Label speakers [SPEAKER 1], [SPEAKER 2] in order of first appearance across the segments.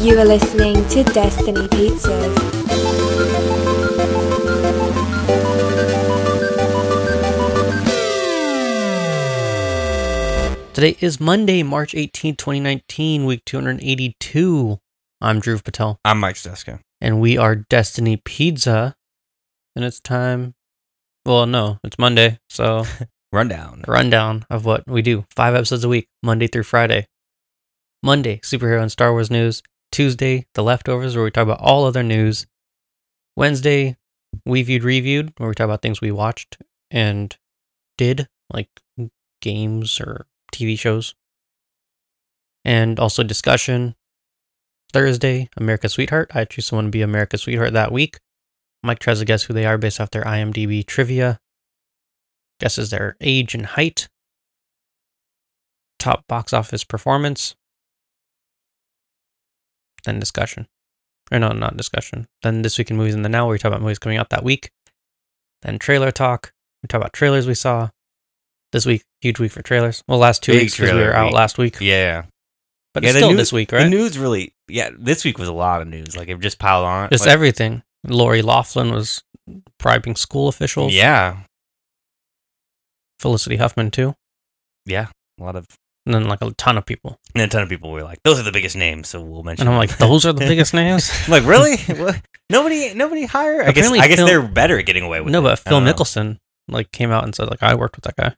[SPEAKER 1] You are listening to Destiny Pizzas.
[SPEAKER 2] Today is Monday, March 18, 2019, week 282. I'm Drew Patel,
[SPEAKER 3] I'm Mike Steska.
[SPEAKER 2] and we are Destiny Pizza. And it's time. Well, no, it's Monday. So,
[SPEAKER 3] Rundown.
[SPEAKER 2] rundown of what we do five episodes a week, Monday through Friday. Monday, superhero and Star Wars news. Tuesday, the leftovers, where we talk about all other news. Wednesday, we viewed, reviewed, where we talk about things we watched and did, like games or TV shows. And also discussion. Thursday, America's Sweetheart. I choose someone to be America's Sweetheart that week. Mike tries to guess who they are based off their IMDb trivia guesses their age and height, top box office performance, then discussion. Or no, not discussion. Then this week in movies in the now, where we talk about movies coming out that week. Then trailer talk. We talk about trailers we saw. This week, huge week for trailers. Well, last two
[SPEAKER 3] Big
[SPEAKER 2] weeks 'cause we
[SPEAKER 3] trailer
[SPEAKER 2] were out
[SPEAKER 3] week.
[SPEAKER 2] last week,
[SPEAKER 3] Yeah.
[SPEAKER 2] but
[SPEAKER 3] Yeah,
[SPEAKER 2] it's
[SPEAKER 3] the
[SPEAKER 2] still
[SPEAKER 3] news-
[SPEAKER 2] this week, right?
[SPEAKER 3] The news really, yeah, this week was a lot of news. Like, it just piled on.
[SPEAKER 2] Just
[SPEAKER 3] like,
[SPEAKER 2] everything. Lori Laughlin was bribing school officials.
[SPEAKER 3] Yeah.
[SPEAKER 2] Felicity Huffman too,
[SPEAKER 3] Yeah. A lot of,
[SPEAKER 2] and then like a ton of people.
[SPEAKER 3] and a ton of people were like, those are the biggest names, so we'll mention
[SPEAKER 2] And I'm
[SPEAKER 3] them.
[SPEAKER 2] like, those are the biggest names.
[SPEAKER 3] I'm like, really? What? Nobody, nobody higher? I guess,
[SPEAKER 2] Apparently
[SPEAKER 3] I guess
[SPEAKER 2] Phil-
[SPEAKER 3] they're better at getting away with
[SPEAKER 2] No,
[SPEAKER 3] it.
[SPEAKER 2] but
[SPEAKER 3] I
[SPEAKER 2] Phil
[SPEAKER 3] don't know.
[SPEAKER 2] Mickelson like came out and said like I worked with that guy.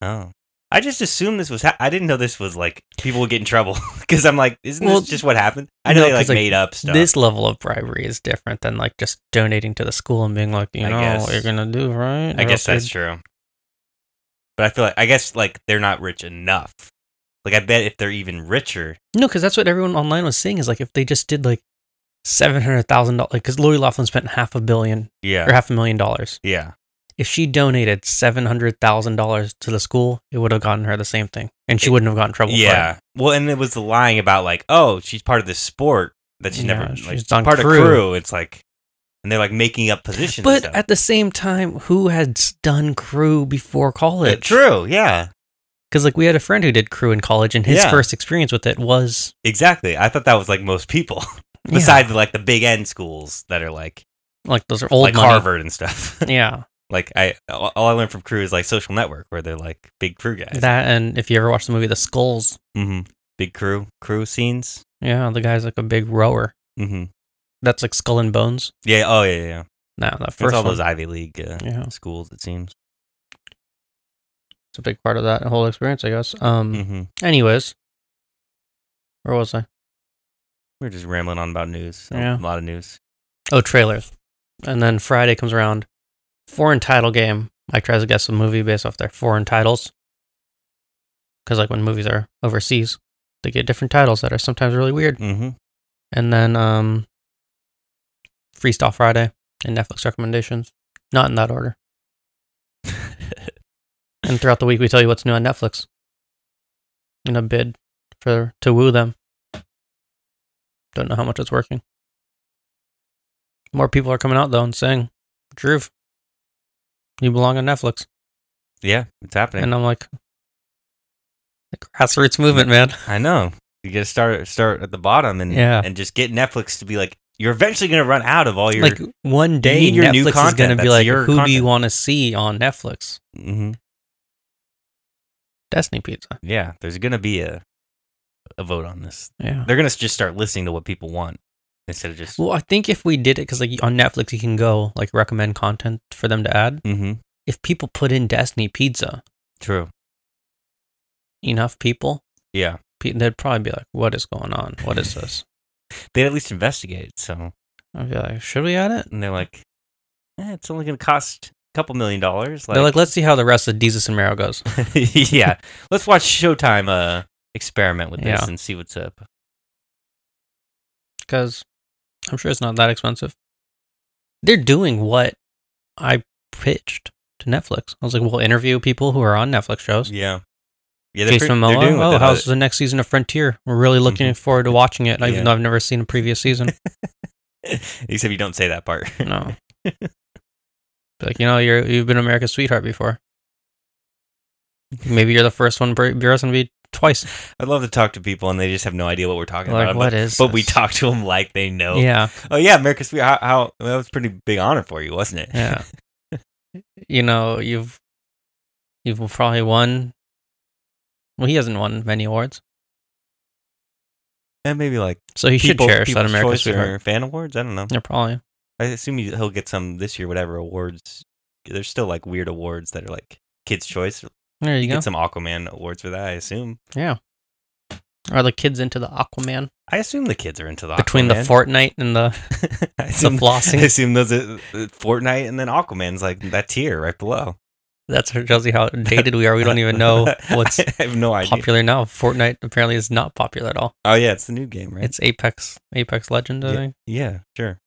[SPEAKER 3] Oh. I just assumed this was, ha- I didn't know this was like, people would get in trouble. Because I'm like, isn't
[SPEAKER 2] Well,
[SPEAKER 3] this just what happened? I know
[SPEAKER 2] no,
[SPEAKER 3] they like,
[SPEAKER 2] 'cause, like,
[SPEAKER 3] made up stuff.
[SPEAKER 2] This level of bribery is different than like just donating to the school and being like, you
[SPEAKER 3] I
[SPEAKER 2] know,
[SPEAKER 3] guess-
[SPEAKER 2] what you're gonna do right.
[SPEAKER 3] I
[SPEAKER 2] Or
[SPEAKER 3] guess
[SPEAKER 2] else you're-
[SPEAKER 3] that's true. But I feel like I guess like they're not rich enough. Like I bet if they're even richer,
[SPEAKER 2] no, because that's what everyone online was saying is like if they just did like seven hundred thousand dollars, because Lori Laughlin spent half a billion
[SPEAKER 3] yeah,
[SPEAKER 2] or half a million dollars.
[SPEAKER 3] yeah,
[SPEAKER 2] If she donated seven hundred thousand dollars to the school, it would have gotten her the same thing, and she
[SPEAKER 3] It-
[SPEAKER 2] wouldn't have gotten in trouble. for it.
[SPEAKER 3] yeah. Well, and it was the lying about like, oh, she's part of this sport that she's
[SPEAKER 2] Yeah,
[SPEAKER 3] never like,
[SPEAKER 2] she's on
[SPEAKER 3] part
[SPEAKER 2] crew.
[SPEAKER 3] of crew. It's like, and they're like making up positions.
[SPEAKER 2] But
[SPEAKER 3] and
[SPEAKER 2] at the same time, who had s- done crew before college?
[SPEAKER 3] stuff. true, yeah,
[SPEAKER 2] Because like we had a friend who did crew in college, and his
[SPEAKER 3] Yeah.
[SPEAKER 2] first experience with it was
[SPEAKER 3] exactly. I thought that was like most people,
[SPEAKER 2] yeah,
[SPEAKER 3] besides like the big end schools that are like
[SPEAKER 2] like those are old
[SPEAKER 3] like
[SPEAKER 2] money.
[SPEAKER 3] Harvard and stuff.
[SPEAKER 2] Yeah,
[SPEAKER 3] like I, all all I learned from crew is like Social Network, where they're like big crew guys.
[SPEAKER 2] that and if you ever watched the movie The Skulls,
[SPEAKER 3] hmm Big crew, crew scenes.
[SPEAKER 2] yeah, the guy's like a big rower.
[SPEAKER 3] Mm-hmm.
[SPEAKER 2] That's like Skull and Bones.
[SPEAKER 3] Yeah. Oh, yeah, yeah.
[SPEAKER 2] No, that
[SPEAKER 3] First
[SPEAKER 2] first
[SPEAKER 3] all
[SPEAKER 2] one.
[SPEAKER 3] those Ivy League uh,
[SPEAKER 2] yeah,
[SPEAKER 3] schools, it seems.
[SPEAKER 2] it's a big part of that whole experience, I guess. Um,
[SPEAKER 3] Mm-hmm.
[SPEAKER 2] anyways, where was I?
[SPEAKER 3] We're just rambling on about news. so
[SPEAKER 2] Yeah.
[SPEAKER 3] A lot of news.
[SPEAKER 2] Oh, trailers. And then Friday comes around. Foreign title game. Mike tries to guess a movie based off their foreign titles. Because, like, when movies are overseas, they get different titles that are sometimes really weird.
[SPEAKER 3] Mm-hmm.
[SPEAKER 2] And then um, Freestyle Friday and Netflix recommendations. Not in that order. And throughout the week, we tell you what's new on Netflix in a bid for to woo them. Don't know how much it's working. More people are coming out though and saying, "Drew, you belong on Netflix."
[SPEAKER 3] yeah, it's happening.
[SPEAKER 2] And uh, I'm like, the grassroots movement, man.
[SPEAKER 3] I know. You got to start start at the bottom and
[SPEAKER 2] Yeah.
[SPEAKER 3] and just get Netflix to be like, you're eventually going to run out of all your.
[SPEAKER 2] like one day,
[SPEAKER 3] need your
[SPEAKER 2] Netflix
[SPEAKER 3] new
[SPEAKER 2] is going
[SPEAKER 3] content.
[SPEAKER 2] to be
[SPEAKER 3] That's
[SPEAKER 2] like, "Who
[SPEAKER 3] your
[SPEAKER 2] do you
[SPEAKER 3] content."
[SPEAKER 2] want to see on Netflix?"
[SPEAKER 3] hmm
[SPEAKER 2] Destiny Pizza.
[SPEAKER 3] Yeah, there's going to be a a vote on this.
[SPEAKER 2] Yeah.
[SPEAKER 3] They're going to just start listening to what people want instead of just.
[SPEAKER 2] Well, I think if we did it, because like on Netflix, you can go like recommend content for them to add.
[SPEAKER 3] mm-hmm.
[SPEAKER 2] if people put in Destiny Pizza,
[SPEAKER 3] True.
[SPEAKER 2] enough people,
[SPEAKER 3] Yeah.
[SPEAKER 2] pe- they'd probably be like, "What is going on? What is this?"
[SPEAKER 3] They'd at least investigate. So.
[SPEAKER 2] I'd be like, "Should we add it?"
[SPEAKER 3] and they're like, eh, it's only going to cost a couple million dollars.
[SPEAKER 2] They're like, "Let's see how the rest of Jesus and Marrow goes."
[SPEAKER 3] yeah, let's watch Showtime uh, experiment with this
[SPEAKER 2] Yeah.
[SPEAKER 3] and see what's up.
[SPEAKER 2] Because I'm sure it's not that expensive. They're doing what I pitched to Netflix. I was like, "We'll interview people who are on Netflix shows."
[SPEAKER 3] Yeah, yeah.
[SPEAKER 2] Jason
[SPEAKER 3] pre-
[SPEAKER 2] Momoa.
[SPEAKER 3] doing what
[SPEAKER 2] oh,
[SPEAKER 3] they-
[SPEAKER 2] how's the next season of Frontier? We're really looking forward to watching it, even
[SPEAKER 3] Yeah.
[SPEAKER 2] though I've never seen a previous season.
[SPEAKER 3] Except you don't say that part.
[SPEAKER 2] No. Be like, you know, you're you've been America's sweetheart before. Maybe you're the first one per- person to be twice.
[SPEAKER 3] I'd love to talk to people and they just have no idea what we're talking
[SPEAKER 2] Like,
[SPEAKER 3] about.
[SPEAKER 2] what
[SPEAKER 3] but,
[SPEAKER 2] is
[SPEAKER 3] But we
[SPEAKER 2] this?
[SPEAKER 3] talk to them like they know.
[SPEAKER 2] Yeah,
[SPEAKER 3] Oh yeah, America's Sweetheart. How, how well, that was a pretty big honor for you, wasn't it?
[SPEAKER 2] yeah. you know, you've you've probably won. Well, he hasn't won many awards,
[SPEAKER 3] and maybe like
[SPEAKER 2] so he
[SPEAKER 3] people,
[SPEAKER 2] should cherish that
[SPEAKER 3] People's
[SPEAKER 2] America's
[SPEAKER 3] Choice
[SPEAKER 2] Sweetheart.
[SPEAKER 3] or fan awards. I don't know.
[SPEAKER 2] Yeah, probably.
[SPEAKER 3] I assume he- he'll get some this year, whatever awards. There's still like weird awards that are like Kids Choice.
[SPEAKER 2] There you
[SPEAKER 3] You
[SPEAKER 2] go.
[SPEAKER 3] get some Aquaman awards for that. I assume.
[SPEAKER 2] Are the kids into the Aquaman
[SPEAKER 3] I assume the kids are into the
[SPEAKER 2] between the
[SPEAKER 3] Aquaman.
[SPEAKER 2] Fortnite and the?
[SPEAKER 3] I assume,
[SPEAKER 2] flossing.
[SPEAKER 3] I assume those are, uh, Fortnite and then Aquaman's like that tier right below.
[SPEAKER 2] That's how Josie how dated we are. We don't even know what's
[SPEAKER 3] I have no idea.
[SPEAKER 2] popular now. Fortnite apparently is not popular at all.
[SPEAKER 3] Oh yeah, it's the new game, right?
[SPEAKER 2] It's Apex, Apex Legend. I think.
[SPEAKER 3] yeah, sure.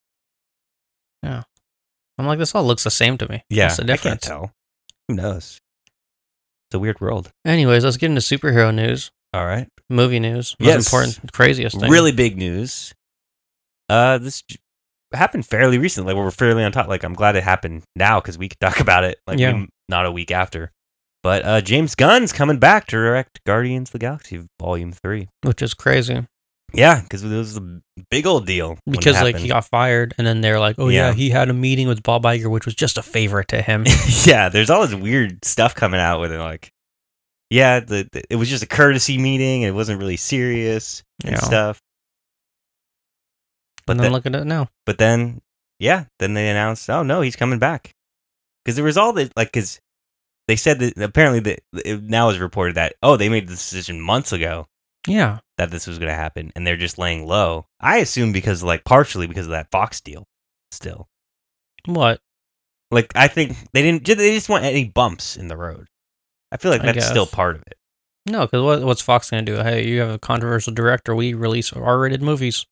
[SPEAKER 2] I'm like, this all looks the same to me.
[SPEAKER 3] Yeah,
[SPEAKER 2] What's the
[SPEAKER 3] I can't
[SPEAKER 2] difference?
[SPEAKER 3] tell. Who knows? It's a weird world.
[SPEAKER 2] Anyways, let's get into superhero news,
[SPEAKER 3] All right.
[SPEAKER 2] movie news, most
[SPEAKER 3] Yes.
[SPEAKER 2] important, craziest thing.
[SPEAKER 3] Really big news. Uh, this j- happened fairly recently. Like, we're fairly on top. Like, I'm glad it happened now because we could talk about it. Like,
[SPEAKER 2] Yeah.
[SPEAKER 3] we- not a week after. But uh, James Gunn's coming back to direct Guardians of the Galaxy Volume Three.
[SPEAKER 2] which is crazy
[SPEAKER 3] Yeah, because it was a big old deal. when it
[SPEAKER 2] because like he
[SPEAKER 3] happened.
[SPEAKER 2] got fired, and then they're like, oh yeah.
[SPEAKER 3] Yeah.
[SPEAKER 2] he had a meeting with Bob Iger, which was just a favor to him.
[SPEAKER 3] yeah, there's all this weird stuff coming out with it. Like, yeah, the, the- it was just a courtesy meeting. And it wasn't really serious and
[SPEAKER 2] Yeah.
[SPEAKER 3] stuff. But
[SPEAKER 2] and then
[SPEAKER 3] the-
[SPEAKER 2] look at it now.
[SPEAKER 3] But then, yeah, then they announced, oh no, he's coming back. Because there was all this, like, because they said that apparently that it now is reported that oh they made this decision months ago
[SPEAKER 2] Yeah,
[SPEAKER 3] that this was going to happen and they're just laying low. I assume because like partially because of that Fox deal, still.
[SPEAKER 2] what?
[SPEAKER 3] Like I think they didn't. They just want any bumps in the road. I feel like
[SPEAKER 2] I
[SPEAKER 3] that's still
[SPEAKER 2] guess.
[SPEAKER 3] part of it.
[SPEAKER 2] No, because what, what's Fox gonna do? Hey, you have a controversial director. We release R-rated movies.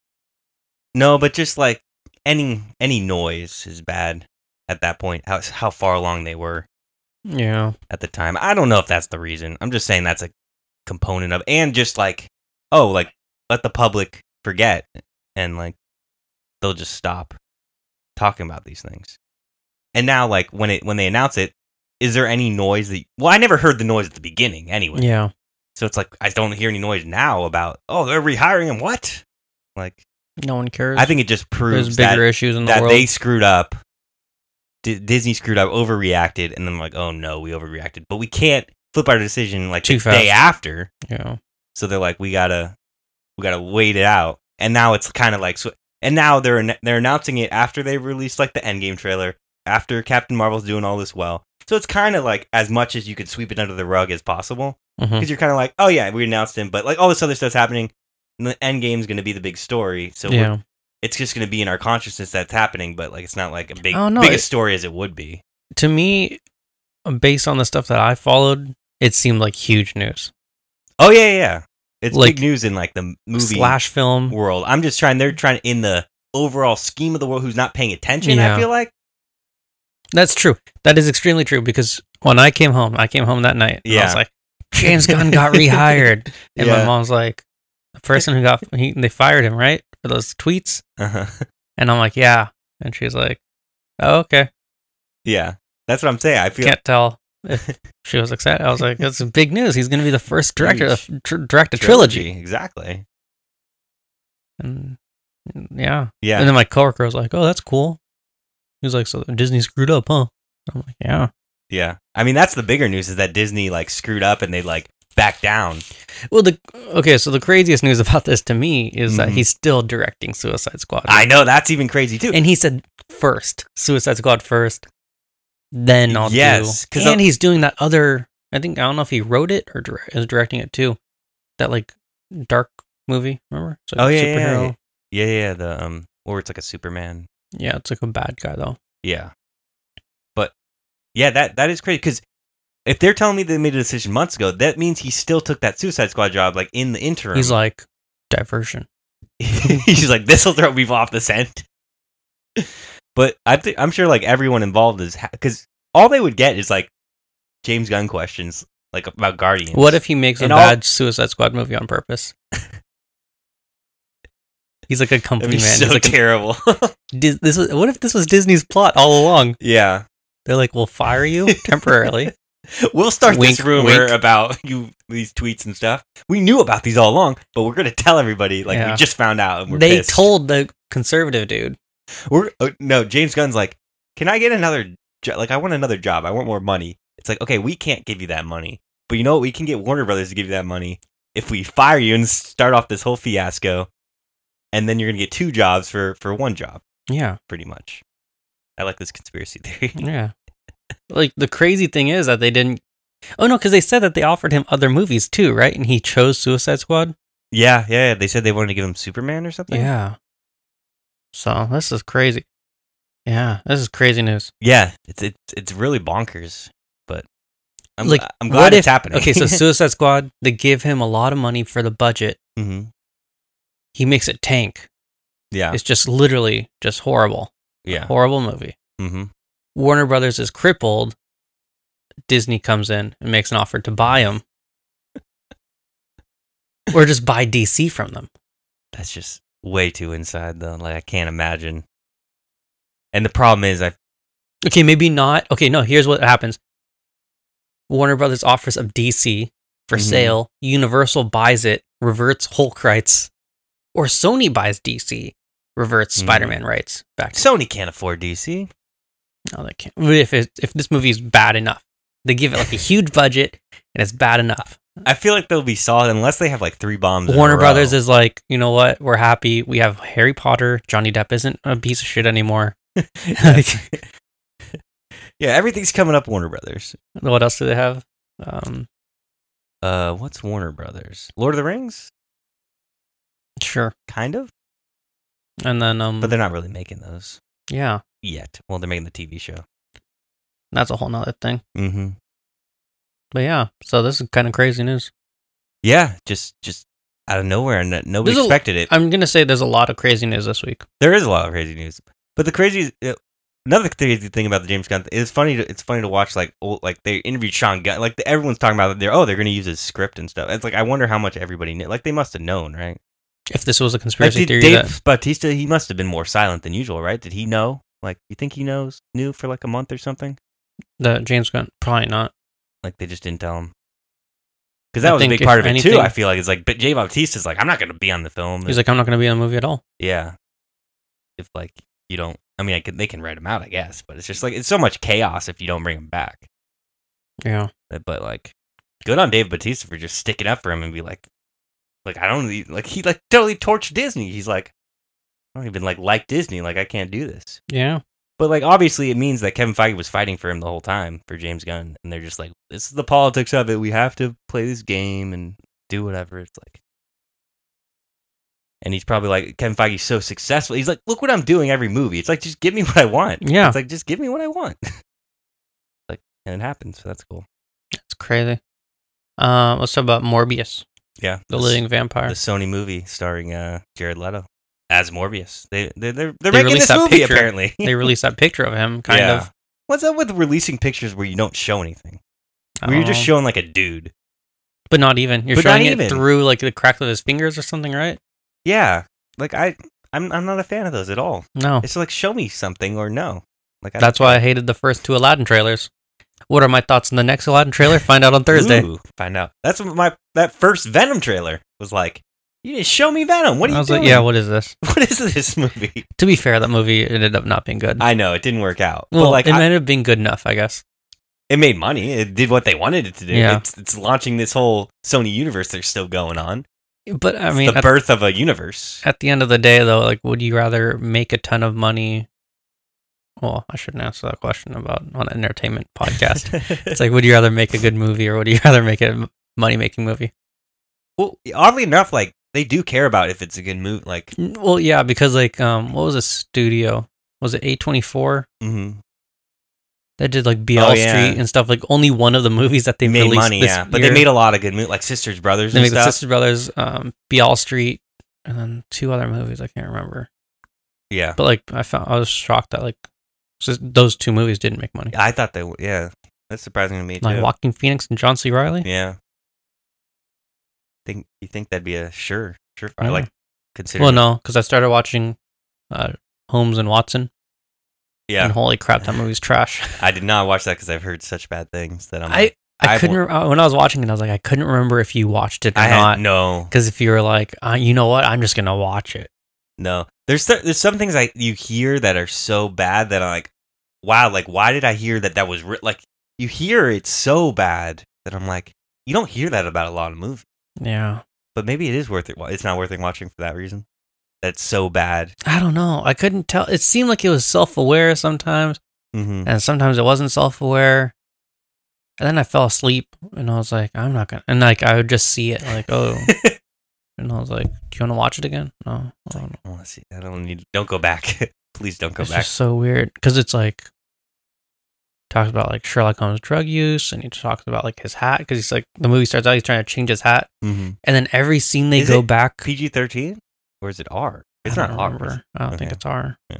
[SPEAKER 3] No, but just like any any noise is bad at that point. How how far along they were
[SPEAKER 2] Yeah,
[SPEAKER 3] at the time. I don't know if that's the reason. I'm just saying that's a component of and just like oh like let the public forget and like they'll just stop talking about these things. And now like when it when they announce it, is there any noise that well I never heard the noise at the beginning anyway.
[SPEAKER 2] yeah.
[SPEAKER 3] So it's like I don't hear any noise now about oh they're rehiring him. What? Like
[SPEAKER 2] No one cares.
[SPEAKER 3] I think it just
[SPEAKER 2] there's
[SPEAKER 3] proves
[SPEAKER 2] bigger
[SPEAKER 3] that,
[SPEAKER 2] issues in the
[SPEAKER 3] that
[SPEAKER 2] world.
[SPEAKER 3] they screwed up. D- Disney screwed up, overreacted, and then like oh no, we overreacted. But we can't flip our decision like
[SPEAKER 2] Too
[SPEAKER 3] the day
[SPEAKER 2] fast.
[SPEAKER 3] after.
[SPEAKER 2] yeah,
[SPEAKER 3] So they're like we gotta we gotta wait it out. And now it's kind of like so, and now they're an- they're announcing it after they released like the Endgame trailer, after Captain Marvel's doing all this well. So it's kind of like as much as you could sweep it under the rug as possible
[SPEAKER 2] Mhm.
[SPEAKER 3] because you're kind of like, oh yeah, we announced him, but like all this other stuff's happening. And the end game's going to be the big story, so we're-
[SPEAKER 2] yeah.
[SPEAKER 3] it's just going to be in our consciousness that's happening. But like, it's not like a big
[SPEAKER 2] Oh, no,
[SPEAKER 3] biggest
[SPEAKER 2] it-
[SPEAKER 3] story as it would be.
[SPEAKER 2] to me, based on the stuff that I followed, it seemed like huge news.
[SPEAKER 3] Oh yeah, yeah, yeah. it's
[SPEAKER 2] Like,
[SPEAKER 3] big news in like the movie
[SPEAKER 2] Slash film.
[SPEAKER 3] world. I'm just trying; they're trying in the overall scheme of the world. Who's not paying attention?
[SPEAKER 2] Yeah.
[SPEAKER 3] I feel like
[SPEAKER 2] That's true. That is extremely true because when I came home, I came home that night. And I
[SPEAKER 3] Yeah.
[SPEAKER 2] was like, James Gunn got rehired. And my
[SPEAKER 3] Yeah.
[SPEAKER 2] mom's like, the person who got, he, they fired him, right? For those tweets.
[SPEAKER 3] Uh-huh.
[SPEAKER 2] And I'm like, yeah. And she's like, oh, okay.
[SPEAKER 3] yeah, that's what I'm saying. I feel
[SPEAKER 2] Can't tell if she was excited. I was like, that's big news. He's going to be the first director to
[SPEAKER 3] Huge.
[SPEAKER 2] tr- direct a trilogy.
[SPEAKER 3] exactly.
[SPEAKER 2] And yeah.
[SPEAKER 3] Yeah,
[SPEAKER 2] And then my coworker was like, "Oh, that's cool." He was like, "So Disney screwed up, huh?" I'm like, "Yeah."
[SPEAKER 3] yeah. I mean, that's the bigger news is that Disney like screwed up and they like backed down.
[SPEAKER 2] Well, the okay. So the craziest news about this to me is that
[SPEAKER 3] Mhm.
[SPEAKER 2] he's still directing Suicide Squad,
[SPEAKER 3] I know that's even crazy too.
[SPEAKER 2] and he said first Suicide Squad first, then I'll
[SPEAKER 3] Yes,
[SPEAKER 2] do.
[SPEAKER 3] 'cause
[SPEAKER 2] And
[SPEAKER 3] I-
[SPEAKER 2] he's doing that other. I think I don't know if he wrote it or dir- is directing it too. That like dark movie, remember? It's like
[SPEAKER 3] Oh,
[SPEAKER 2] a
[SPEAKER 3] yeah, yeah, yeah.
[SPEAKER 2] superhero.
[SPEAKER 3] Yeah, yeah, the um, or it's like a Superman.
[SPEAKER 2] Yeah, it's like a bad guy though.
[SPEAKER 3] Yeah, but yeah, that that is crazy because if they're telling me they made a decision months ago, that means he still took that Suicide Squad job like in the interim.
[SPEAKER 2] He's like diversion.
[SPEAKER 3] he's like, this will throw people off the scent. But I think I'm sure like everyone involved is because all they would get is like James Gunn questions like about Guardians.
[SPEAKER 2] What if he makes a
[SPEAKER 3] And all-
[SPEAKER 2] bad Suicide Squad movie on purpose? He's like a
[SPEAKER 3] That'd
[SPEAKER 2] company
[SPEAKER 3] be
[SPEAKER 2] man.
[SPEAKER 3] so
[SPEAKER 2] He's like a-
[SPEAKER 3] terrible.
[SPEAKER 2] Dis- this was, what if this was Disney's plot all along?
[SPEAKER 3] yeah,
[SPEAKER 2] They're like, we'll fire you temporarily,
[SPEAKER 3] We'll start
[SPEAKER 2] Wink,
[SPEAKER 3] this rumor
[SPEAKER 2] wink.
[SPEAKER 3] about you these tweets and stuff. We knew about these all along, but we're gonna tell everybody like
[SPEAKER 2] Yeah.
[SPEAKER 3] we just found out and we're
[SPEAKER 2] They
[SPEAKER 3] pissed.
[SPEAKER 2] told the conservative dude.
[SPEAKER 3] We're uh, no James Gunn's like, can I get another? Jo- like I want another job. I want more money. It's like okay, we can't give you that money, but you know what? We can get Warner Brothers to give you that money if we fire you and start off this whole fiasco, and then you're gonna get two jobs for for one job,
[SPEAKER 2] Yeah.
[SPEAKER 3] pretty much. I like this conspiracy theory.
[SPEAKER 2] Yeah. like the crazy thing is that they didn't. Oh no, because they said that they offered him other movies too, right? And he chose Suicide Squad.
[SPEAKER 3] yeah, yeah, yeah. They said they wanted to give him Superman or something.
[SPEAKER 2] Yeah. So this is crazy. Yeah, this is crazy news.
[SPEAKER 3] yeah. It's it's it's really bonkers, but I'm
[SPEAKER 2] Like,
[SPEAKER 3] I'm
[SPEAKER 2] what
[SPEAKER 3] glad it's
[SPEAKER 2] if-
[SPEAKER 3] happening.
[SPEAKER 2] Okay, so Suicide Squad, they give him a lot of money for the budget.
[SPEAKER 3] hmm
[SPEAKER 2] He makes it tank.
[SPEAKER 3] yeah,
[SPEAKER 2] It's just literally just horrible.
[SPEAKER 3] yeah,
[SPEAKER 2] Horrible movie.
[SPEAKER 3] hmm
[SPEAKER 2] Warner Brothers is crippled. Disney comes in and makes an offer to buy him. or just buy DC from them.
[SPEAKER 3] that's just way too inside though. Like I can't imagine. And the problem is, I
[SPEAKER 2] Okay, maybe not. Okay, no, here's what happens Warner Brothers offers up DC for
[SPEAKER 3] Mhm.
[SPEAKER 2] sale, Universal buys it, reverts Hulk rights, or Sony buys DC, reverts
[SPEAKER 3] Mhm.
[SPEAKER 2] Spider Man rights back to
[SPEAKER 3] Sony can't afford DC.
[SPEAKER 2] No, they can't. But If it, if this movie is bad enough, they give it like a huge budget, and it's bad enough.
[SPEAKER 3] I feel like they'll be solid unless they have like three bombs. in a
[SPEAKER 2] Warner
[SPEAKER 3] row.
[SPEAKER 2] Brothers is like, you know what? We're happy. We have Harry Potter. Johnny Depp isn't a piece of shit anymore.
[SPEAKER 3] yeah. Yeah, everything's coming up. Warner Brothers.
[SPEAKER 2] what else do they have? Um,
[SPEAKER 3] Uh, what's Warner Brothers? Lord of the Rings,
[SPEAKER 2] sure.
[SPEAKER 3] kind of,
[SPEAKER 2] And then, um,
[SPEAKER 3] but they're not really making those
[SPEAKER 2] yeah,
[SPEAKER 3] yet. Well, they're making the TV show.
[SPEAKER 2] that's a whole nother thing.
[SPEAKER 3] Mm-hmm.
[SPEAKER 2] But yeah, so this is kind of crazy news.
[SPEAKER 3] Yeah, just just out of nowhere, and that- nobody
[SPEAKER 2] There's a-
[SPEAKER 3] expected it.
[SPEAKER 2] I'm gonna say there's a lot of crazy news this week.
[SPEAKER 3] there is a lot of crazy news. But the crazy, uh, another crazy thing about the James Gunn, it's funny. To, it's funny to watch like old, like they interviewed Sean Gunn, like everyone's talking about it. They're oh they're going to use his script and stuff. It's like I wonder how much everybody knew. Like they must have known, right?
[SPEAKER 2] If this was a
[SPEAKER 3] Like
[SPEAKER 2] conspiracy
[SPEAKER 3] did
[SPEAKER 2] theory,
[SPEAKER 3] Dave
[SPEAKER 2] that
[SPEAKER 3] Bautista, he must have been more silent than usual, right? Did he know? Like you think he knows knew for like a month or something?
[SPEAKER 2] that James Gunn probably not.
[SPEAKER 3] Like they just didn't tell him. Because
[SPEAKER 2] I
[SPEAKER 3] that was a
[SPEAKER 2] think
[SPEAKER 3] big
[SPEAKER 2] if
[SPEAKER 3] part of it too.
[SPEAKER 2] anything-
[SPEAKER 3] I feel like it's like, but Jay Bautista's like, I'm not going to be on the film.
[SPEAKER 2] He's like, I'm not gonna be in the movie at all.
[SPEAKER 3] Yeah. If like you don't, I mean, I can they can write him out, I guess, but it's just like it's so much chaos if you don't bring him back.
[SPEAKER 2] Yeah,
[SPEAKER 3] Uh, But like, good on Dave Batista for just sticking up for him and be like, like I don't e- like he like totally torched Disney. He's like, I don't even like like Disney. Like I can't do this.
[SPEAKER 2] yeah.
[SPEAKER 3] But like obviously it means that Kevin Feige was fighting for him the whole time for James Gunn, and they're just like, this is the politics of it. We have to play this game and do whatever. It's like, and he's probably like, Kevin Feige's so successful. He's like, look what I'm doing every movie. It's like just give me what I want.
[SPEAKER 2] Yeah.
[SPEAKER 3] it's like just give me what I want. like, and it happens. So that's cool.
[SPEAKER 2] It's crazy. Uh, let's talk about Morbius,
[SPEAKER 3] Yeah,
[SPEAKER 2] the living vampire.
[SPEAKER 3] the Sony movie starring uh, Jared Leto as Morbius. They they they're,
[SPEAKER 2] They
[SPEAKER 3] they're making
[SPEAKER 2] released
[SPEAKER 3] this
[SPEAKER 2] that
[SPEAKER 3] movie
[SPEAKER 2] picture.
[SPEAKER 3] apparently.
[SPEAKER 2] they released that picture of him, kind
[SPEAKER 3] Yeah.
[SPEAKER 2] of.
[SPEAKER 3] What's up with releasing pictures where you don't show anything? Where you're just
[SPEAKER 2] Oh.
[SPEAKER 3] showing like a dude.
[SPEAKER 2] but not even. You're
[SPEAKER 3] But not
[SPEAKER 2] showing it
[SPEAKER 3] even.
[SPEAKER 2] through like the crack of his fingers or something, right?
[SPEAKER 3] Yeah, like I, I'm I'm not a fan of those at all.
[SPEAKER 2] No,
[SPEAKER 3] It's like show me something or no. Like I
[SPEAKER 2] that's why I hated the first two Aladdin trailers. What are my thoughts on the next Aladdin trailer? Find out on Thursday.
[SPEAKER 3] Ooh, find out. That's what my that first Venom trailer was like. You didn't show me Venom. What are
[SPEAKER 2] I
[SPEAKER 3] you
[SPEAKER 2] was
[SPEAKER 3] doing?
[SPEAKER 2] like, yeah, what is this?
[SPEAKER 3] what is this movie?
[SPEAKER 2] To be fair, that movie ended up not being good.
[SPEAKER 3] I know it didn't work out.
[SPEAKER 2] well,
[SPEAKER 3] but like
[SPEAKER 2] it
[SPEAKER 3] I-
[SPEAKER 2] ended up being good enough, I guess.
[SPEAKER 3] it made money. It did what they wanted it to do.
[SPEAKER 2] Yeah.
[SPEAKER 3] It's, it's launching this whole Sony universe. They're still going on.
[SPEAKER 2] But I
[SPEAKER 3] It's
[SPEAKER 2] mean,
[SPEAKER 3] the
[SPEAKER 2] at,
[SPEAKER 3] birth of a universe.
[SPEAKER 2] at the end of the day, though, like, would you rather make a ton of money? Well, I shouldn't answer that question about on an entertainment podcast. it's like, would you rather make a good movie or would you rather make a money making movie?
[SPEAKER 3] well, oddly enough, like they do care about if it's a good movie. Like,
[SPEAKER 2] Well, yeah, because like, um, what was a studio? Was it A twenty four
[SPEAKER 3] mhm.
[SPEAKER 2] that did like BL
[SPEAKER 3] Oh, yeah.
[SPEAKER 2] Street and stuff? Like, only one of the movies that they
[SPEAKER 3] they made
[SPEAKER 2] released
[SPEAKER 3] money,
[SPEAKER 2] this
[SPEAKER 3] yeah. But
[SPEAKER 2] year.
[SPEAKER 3] they made a lot of good movies, like Sisters Brothers
[SPEAKER 2] They
[SPEAKER 3] and
[SPEAKER 2] made the
[SPEAKER 3] stuff.
[SPEAKER 2] Sisters Brothers, um, BL Street, and then two other movies I can't remember.
[SPEAKER 3] yeah,
[SPEAKER 2] But like, I found I was shocked that like s- those two movies didn't make money.
[SPEAKER 3] I thought they. w- Yeah, that's surprising to me
[SPEAKER 2] Like
[SPEAKER 3] too.
[SPEAKER 2] Walking Phoenix and John C. Riley.
[SPEAKER 3] yeah, think you think that'd be a sure, sure,
[SPEAKER 2] Yeah.
[SPEAKER 3] like consider.
[SPEAKER 2] well, no, because I started watching uh, Holmes and Watson. And
[SPEAKER 3] Yeah,
[SPEAKER 2] holy crap, that movie's trash.
[SPEAKER 3] I did not watch that because I've heard such bad things that I'm.
[SPEAKER 2] I
[SPEAKER 3] like,
[SPEAKER 2] I
[SPEAKER 3] Um, I've
[SPEAKER 2] couldn't
[SPEAKER 3] wa-
[SPEAKER 2] re- uh, when I was watching it. I was like, I couldn't remember if you watched it or
[SPEAKER 3] I
[SPEAKER 2] not.
[SPEAKER 3] had no,
[SPEAKER 2] Because if you were like, uh, you know what, I'm just gonna watch it.
[SPEAKER 3] no. There's cer- there's some things I you hear that are so bad that I'm like, wow, like why did I hear that? That was ri-? like you hear it so bad that I'm like, you don't hear that about a lot of movies,
[SPEAKER 2] Yeah,
[SPEAKER 3] but maybe it is worth it. wa- It's not worth it watching for that reason. That's so bad.
[SPEAKER 2] I don't know. I couldn't tell. It seemed like it was self aware sometimes,
[SPEAKER 3] Mm-hmm.
[SPEAKER 2] and sometimes it wasn't self aware. And then I fell asleep, and I was like, I'm not gonna. And like I would just see it, like oh, and I was like, Do you want to watch it again? No, I don't know.
[SPEAKER 3] I want to see. I don't need. Don't go back. Please don't go
[SPEAKER 2] it's
[SPEAKER 3] back.
[SPEAKER 2] just so weird because it's like talks about like Sherlock Holmes drug use, and he talks about like his hat because he's like the movie starts out he's trying to change his hat,
[SPEAKER 3] mm-hmm.
[SPEAKER 2] and then every scene they
[SPEAKER 3] Is
[SPEAKER 2] go
[SPEAKER 3] it
[SPEAKER 2] back.
[SPEAKER 3] PG thirteen or is it R? It's
[SPEAKER 2] I
[SPEAKER 3] not
[SPEAKER 2] don't
[SPEAKER 3] R.
[SPEAKER 2] remember.
[SPEAKER 3] is it?
[SPEAKER 2] I don't think
[SPEAKER 3] Okay.
[SPEAKER 2] it's R.
[SPEAKER 3] Yeah.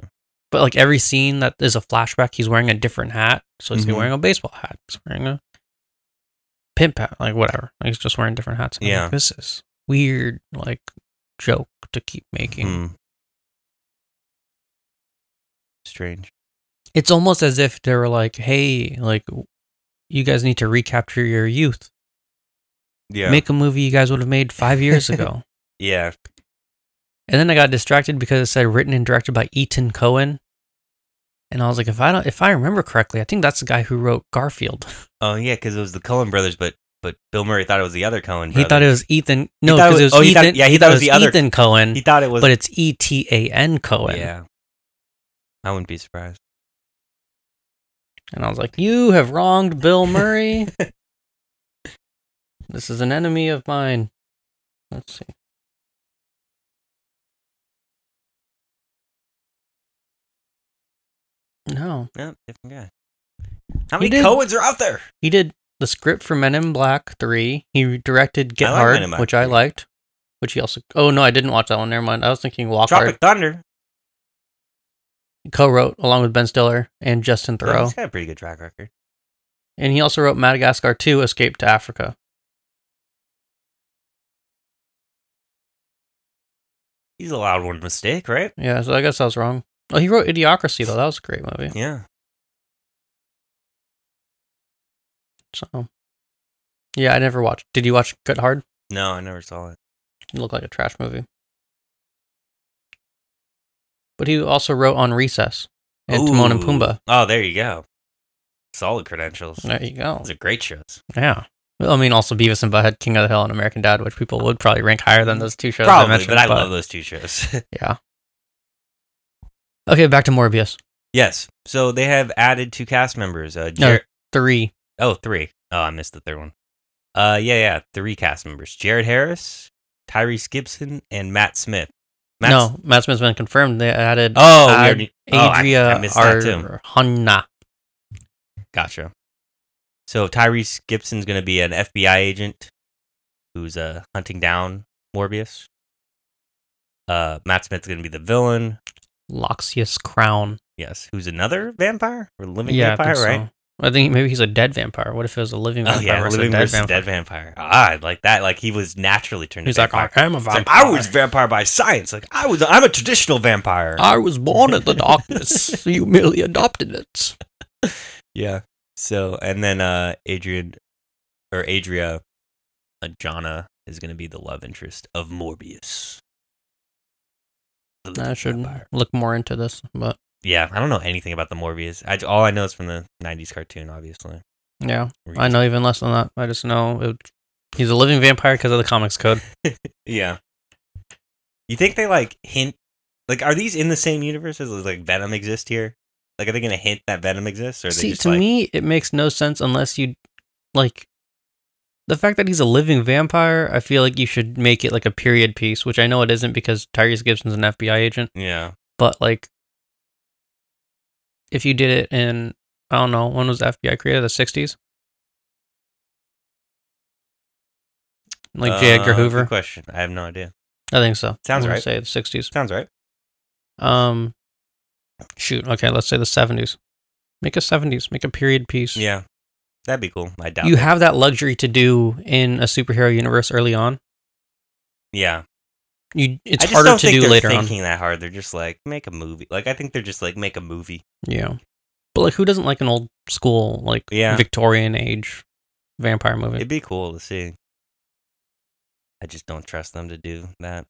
[SPEAKER 2] But like every scene that is a flashback, he's wearing a different hat. So he's
[SPEAKER 3] Mhm.
[SPEAKER 2] wearing a baseball hat. He's wearing a pimp hat. Like whatever. Like, he's just wearing different hats. I'm like,
[SPEAKER 3] Yeah.
[SPEAKER 2] this is weird. Like joke to keep making.
[SPEAKER 3] Hmm. Strange.
[SPEAKER 2] It's almost as if they were like, "Hey, like you guys need to recapture your youth.
[SPEAKER 3] Yeah.
[SPEAKER 2] Make a movie you guys would have made five years ago."
[SPEAKER 3] yeah.
[SPEAKER 2] And then I got distracted because it said written and directed by Eaton Cohen. And I was like, if I don't, if I remember correctly, I think that's the guy who wrote Garfield.
[SPEAKER 3] Oh yeah, because it was the Cohen brothers, but but Bill Murray thought it was the other Cohen
[SPEAKER 2] He
[SPEAKER 3] brothers.
[SPEAKER 2] thought it was Ethan. No,
[SPEAKER 3] thought it
[SPEAKER 2] because it was
[SPEAKER 3] was- oh, he
[SPEAKER 2] Ethan.
[SPEAKER 3] thought- yeah, he thought it was the other-
[SPEAKER 2] Ethan Cohen,
[SPEAKER 3] He thought it was.
[SPEAKER 2] but it's E T A N Cohen.
[SPEAKER 3] yeah. I wouldn't be surprised.
[SPEAKER 2] And I was like, you have wronged Bill Murray. this is an enemy of mine. Let's see. No,
[SPEAKER 3] Yeah, different guy. How
[SPEAKER 2] He
[SPEAKER 3] many
[SPEAKER 2] did-
[SPEAKER 3] Cohens are out there?
[SPEAKER 2] he did the script for Men in Black Three. He directed Get
[SPEAKER 3] I like Men
[SPEAKER 2] Hard,
[SPEAKER 3] in Black
[SPEAKER 2] which I
[SPEAKER 3] 3.
[SPEAKER 2] liked. Which he also. Oh no, I didn't watch that one. Never mind. I was thinking Walk Hard.
[SPEAKER 3] Tropic Thunder.
[SPEAKER 2] co-wrote along with Ben Stiller and Justin
[SPEAKER 3] Yeah,
[SPEAKER 2] Thoreau,
[SPEAKER 3] he's got a pretty good track record.
[SPEAKER 2] and he also wrote Madagascar 2: Escape to Africa.
[SPEAKER 3] He's allowed one mistake, right?
[SPEAKER 2] Yeah, so I guess I was wrong. Oh, he wrote Idiocracy though. That was a great movie.
[SPEAKER 3] Yeah.
[SPEAKER 2] So, yeah, I never watched. Did you watch Good Hard?
[SPEAKER 3] No, I never saw it.
[SPEAKER 2] It looked like a trash movie. But he also wrote on Recess and Timon and
[SPEAKER 3] Ooh.
[SPEAKER 2] Pumbaa.
[SPEAKER 3] Oh, there you go. Solid credentials.
[SPEAKER 2] There you go.
[SPEAKER 3] Those are great shows.
[SPEAKER 2] Yeah. Well, I mean, also Beavis and Butthead, King of the Hill, and American Dad, which people would probably rank higher than those two shows. I
[SPEAKER 3] Probably,
[SPEAKER 2] mentioned,
[SPEAKER 3] but I love those two shows.
[SPEAKER 2] Yeah. Okay, back to Morbius.
[SPEAKER 3] yes. So they have added two cast members. Uh,
[SPEAKER 2] No.
[SPEAKER 3] Jer-
[SPEAKER 2] Three.
[SPEAKER 3] Oh, three. Oh, I missed the third one. Uh, yeah, yeah, three cast members: Jared Harris, Tyrese Gibson, and Matt Smith. Matt
[SPEAKER 2] no, Matt Smith's been confirmed. They added
[SPEAKER 3] Oh, we
[SPEAKER 2] Ad-
[SPEAKER 3] already- oh, I- I
[SPEAKER 2] Adria
[SPEAKER 3] missed that too.
[SPEAKER 2] Arjona.
[SPEAKER 3] Gotcha. So Tyrese Gibson's going to be an FBI agent who's uh, hunting down Morbius. Uh, Matt Smith's going to be the villain.
[SPEAKER 2] Loxias Crown.
[SPEAKER 3] Yes, who's another vampire or living
[SPEAKER 2] yeah, I
[SPEAKER 3] vampire,
[SPEAKER 2] think
[SPEAKER 3] right?
[SPEAKER 2] so. I think maybe he's a dead vampire. What if it was a living
[SPEAKER 3] Oh
[SPEAKER 2] vampire
[SPEAKER 3] yeah,
[SPEAKER 2] versus a
[SPEAKER 3] living
[SPEAKER 2] dead
[SPEAKER 3] versus
[SPEAKER 2] vampire?
[SPEAKER 3] dead vampire. Ah, I like that. Like he was naturally turned.
[SPEAKER 2] He's
[SPEAKER 3] into
[SPEAKER 2] like,
[SPEAKER 3] vampire.
[SPEAKER 2] I am a
[SPEAKER 3] It's like,
[SPEAKER 2] vampire.
[SPEAKER 3] I was vampire by science. Like I was. I'm a traditional vampire.
[SPEAKER 2] I was born in the darkness. you merely adopted it.
[SPEAKER 3] yeah. So and then uh Adrian or Adria, Ajana is going to be the love interest of Morbius. The
[SPEAKER 2] I
[SPEAKER 3] living
[SPEAKER 2] should
[SPEAKER 3] vampire.
[SPEAKER 2] look more into this, but
[SPEAKER 3] Yeah, I don't know anything about the Morbius. I, all I know is from the '90s cartoon, obviously.
[SPEAKER 2] yeah, I know even less than that. I just know it, he's a living vampire because of the comics code.
[SPEAKER 3] Yeah. You think they like hint? Like, are these in the same universe as like Venom exist here? Like, are they gonna hint that Venom exists, or are they
[SPEAKER 2] See,
[SPEAKER 3] just
[SPEAKER 2] to
[SPEAKER 3] like,
[SPEAKER 2] me, it makes no sense unless you like the fact that he's a living vampire. I feel like you should make it like a period piece, which I know it isn't because Tyrese Gibson's an FBI agent.
[SPEAKER 3] yeah,
[SPEAKER 2] But like, if you did it in I don't know when was the FBI created the sixties, like J. Edgar
[SPEAKER 3] Uh, good
[SPEAKER 2] Hoover.
[SPEAKER 3] question. I have no idea.
[SPEAKER 2] I think so. I'm
[SPEAKER 3] Sounds
[SPEAKER 2] gonna
[SPEAKER 3] right.
[SPEAKER 2] Say the sixties.
[SPEAKER 3] Sounds right.
[SPEAKER 2] Um, shoot. Okay, let's say the seventies. Make a seventies. Make a period piece.
[SPEAKER 3] Yeah, that'd be cool. I doubt
[SPEAKER 2] you
[SPEAKER 3] it.
[SPEAKER 2] have that luxury to do in a superhero universe early on
[SPEAKER 3] Yeah,
[SPEAKER 2] You, it's
[SPEAKER 3] I just
[SPEAKER 2] harder
[SPEAKER 3] don't
[SPEAKER 2] to
[SPEAKER 3] think
[SPEAKER 2] do
[SPEAKER 3] they're
[SPEAKER 2] later on.
[SPEAKER 3] thinking that hard. They're just like make a movie. Like I think they're just like make a movie.
[SPEAKER 2] Yeah. But like, who doesn't like an old school, like
[SPEAKER 3] Yeah.
[SPEAKER 2] Victorian age vampire movie?
[SPEAKER 3] It'd be cool to see. I just don't trust them to do that.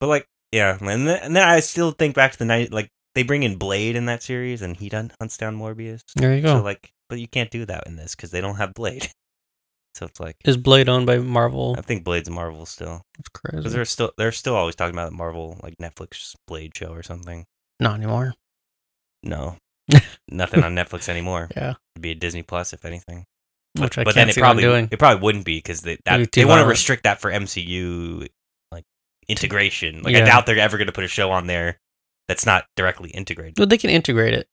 [SPEAKER 3] But like, yeah, and then, and then I still think back to the night. Like they bring in Blade in that series, and he done, hunts down Morbius.
[SPEAKER 2] there you go.
[SPEAKER 3] So like, but you can't do that in this because they don't have Blade. So it's like
[SPEAKER 2] Is Blade owned by Marvel?
[SPEAKER 3] I think Blade's Marvel still
[SPEAKER 2] That's
[SPEAKER 3] because
[SPEAKER 2] crazy.
[SPEAKER 3] they're still they're still always talking about Marvel like Netflix Blade show or something.
[SPEAKER 2] Not anymore.
[SPEAKER 3] No, nothing on Netflix anymore.
[SPEAKER 2] Yeah.
[SPEAKER 3] It'd be a Disney Plus if anything.
[SPEAKER 2] Which I can't
[SPEAKER 3] but then it
[SPEAKER 2] see them
[SPEAKER 3] probably
[SPEAKER 2] doing.
[SPEAKER 3] it probably wouldn't be because they
[SPEAKER 2] Maybe
[SPEAKER 3] that,
[SPEAKER 2] too
[SPEAKER 3] they want to
[SPEAKER 2] violent.
[SPEAKER 3] restrict that for MCU like integration. Like I
[SPEAKER 2] Yeah.
[SPEAKER 3] doubt they're ever going to put a show on there that's not directly integrated.
[SPEAKER 2] Well, they can integrate it,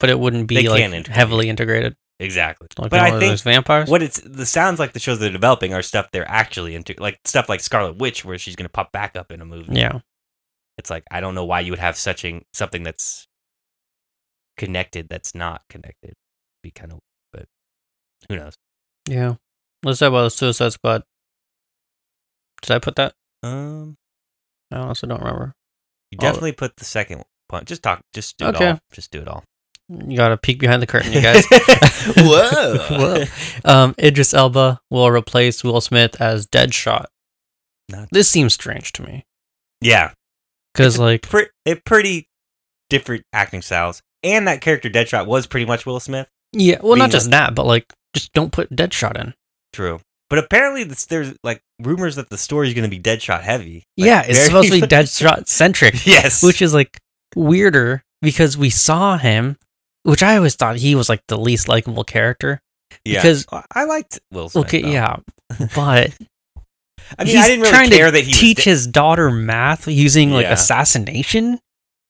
[SPEAKER 2] but it wouldn't be
[SPEAKER 3] They
[SPEAKER 2] like
[SPEAKER 3] can integrate
[SPEAKER 2] heavily integrated.
[SPEAKER 3] Exactly.
[SPEAKER 2] Like
[SPEAKER 3] but
[SPEAKER 2] one
[SPEAKER 3] I
[SPEAKER 2] of
[SPEAKER 3] think
[SPEAKER 2] those vampires.
[SPEAKER 3] what it's the sounds like the shows they're developing are stuff they're actually into, like stuff like Scarlet Witch, where she's going to pop back up in a movie.
[SPEAKER 2] Yeah,
[SPEAKER 3] It's like I don't know why you would have such a, something that's connected that's not connected. Be kind of, but who knows?
[SPEAKER 2] yeah. Let's talk about Suicide Squad. Did I put that?
[SPEAKER 3] Um,
[SPEAKER 2] I honestly don't remember.
[SPEAKER 3] You
[SPEAKER 2] All of it.
[SPEAKER 3] definitely put the second one. Just talk. Just do
[SPEAKER 2] Oh. Okay.
[SPEAKER 3] it all. Just do it all.
[SPEAKER 2] You got to peek behind the curtain, you guys.
[SPEAKER 3] Whoa.
[SPEAKER 2] Um, Idris Elba will replace Will Smith as Deadshot.
[SPEAKER 3] Not-
[SPEAKER 2] This seems strange to me
[SPEAKER 3] Yeah.
[SPEAKER 2] because, like,
[SPEAKER 3] Pre- it pretty different acting styles. And that character Deadshot was pretty much Will Smith.
[SPEAKER 2] yeah, well,
[SPEAKER 3] being
[SPEAKER 2] not just that, but like, just don't put Deadshot in.
[SPEAKER 3] True. But apparently this, there's like rumors that the story is going to be Deadshot heavy. Like,
[SPEAKER 2] yeah, it's
[SPEAKER 3] very-
[SPEAKER 2] supposed to be Deadshot centric.
[SPEAKER 3] yes.
[SPEAKER 2] which is like weirder because we saw him, which I always thought he was like the least likable character.
[SPEAKER 3] yeah.
[SPEAKER 2] because-
[SPEAKER 3] I- I liked Will Smith.
[SPEAKER 2] Okay,
[SPEAKER 3] though.
[SPEAKER 2] yeah, but
[SPEAKER 3] I mean,
[SPEAKER 2] he's
[SPEAKER 3] I didn't really
[SPEAKER 2] trying
[SPEAKER 3] care
[SPEAKER 2] to
[SPEAKER 3] that he was
[SPEAKER 2] teach
[SPEAKER 3] dead-
[SPEAKER 2] his daughter math using like
[SPEAKER 3] Yeah.
[SPEAKER 2] assassination.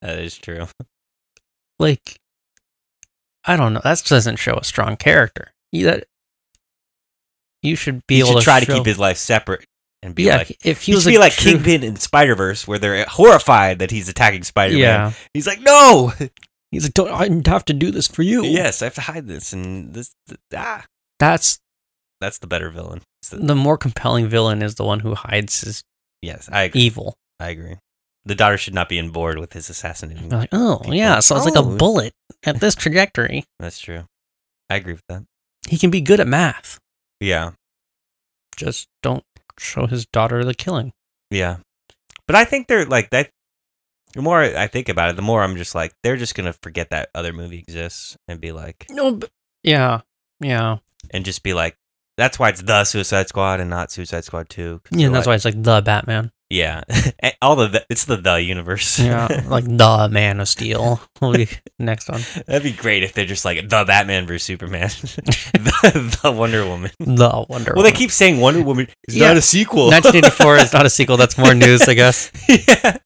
[SPEAKER 3] That is true.
[SPEAKER 2] Like, I don't know. That doesn't show a strong character. You that you should be
[SPEAKER 3] He
[SPEAKER 2] able
[SPEAKER 3] should
[SPEAKER 2] to
[SPEAKER 3] try to
[SPEAKER 2] show-
[SPEAKER 3] keep his life separate and be
[SPEAKER 2] yeah.
[SPEAKER 3] like.
[SPEAKER 2] if he
[SPEAKER 3] He
[SPEAKER 2] was
[SPEAKER 3] should
[SPEAKER 2] a
[SPEAKER 3] be like
[SPEAKER 2] true-
[SPEAKER 3] Kingpin in Spider Verse, where they're horrified that he's attacking Spider Man.
[SPEAKER 2] yeah,
[SPEAKER 3] He's like, no,
[SPEAKER 2] he's like, don't I have to do this for you?
[SPEAKER 3] Yes, I have to hide this, and this th- ah,
[SPEAKER 2] that's
[SPEAKER 3] that's the better villain. It's the-
[SPEAKER 2] the more compelling villain is the one who hides his
[SPEAKER 3] yes, I agree.
[SPEAKER 2] evil.
[SPEAKER 3] I agree. The daughter should not be on board with his assassinating.
[SPEAKER 2] They're like, oh
[SPEAKER 3] people.
[SPEAKER 2] yeah, so it's like
[SPEAKER 3] Oh.
[SPEAKER 2] a bullet at this trajectory.
[SPEAKER 3] That's true. I agree with that.
[SPEAKER 2] He can be good at math.
[SPEAKER 3] Yeah,
[SPEAKER 2] Just don't show his daughter the killing.
[SPEAKER 3] yeah. But I think they're like that. The more I think about it, the more I'm just like they're just gonna forget that other movie exists and be like,
[SPEAKER 2] No, but yeah, yeah,
[SPEAKER 3] and just be like, that's why it's the Suicide Squad and not Suicide Squad Two.
[SPEAKER 2] yeah. That's why it's like the Batman.
[SPEAKER 3] Yeah, And all the, the it's the the universe.
[SPEAKER 2] Yeah, like the Man of Steel. will be next one.
[SPEAKER 3] That'd be great if they're just like the Batman versus Superman, the, the Wonder Woman.
[SPEAKER 2] The Wonder.
[SPEAKER 3] Well, they keep saying Wonder Woman is not
[SPEAKER 2] Yeah.
[SPEAKER 3] a sequel.
[SPEAKER 2] 1984 is not a sequel. That's more news, I guess.
[SPEAKER 3] yeah,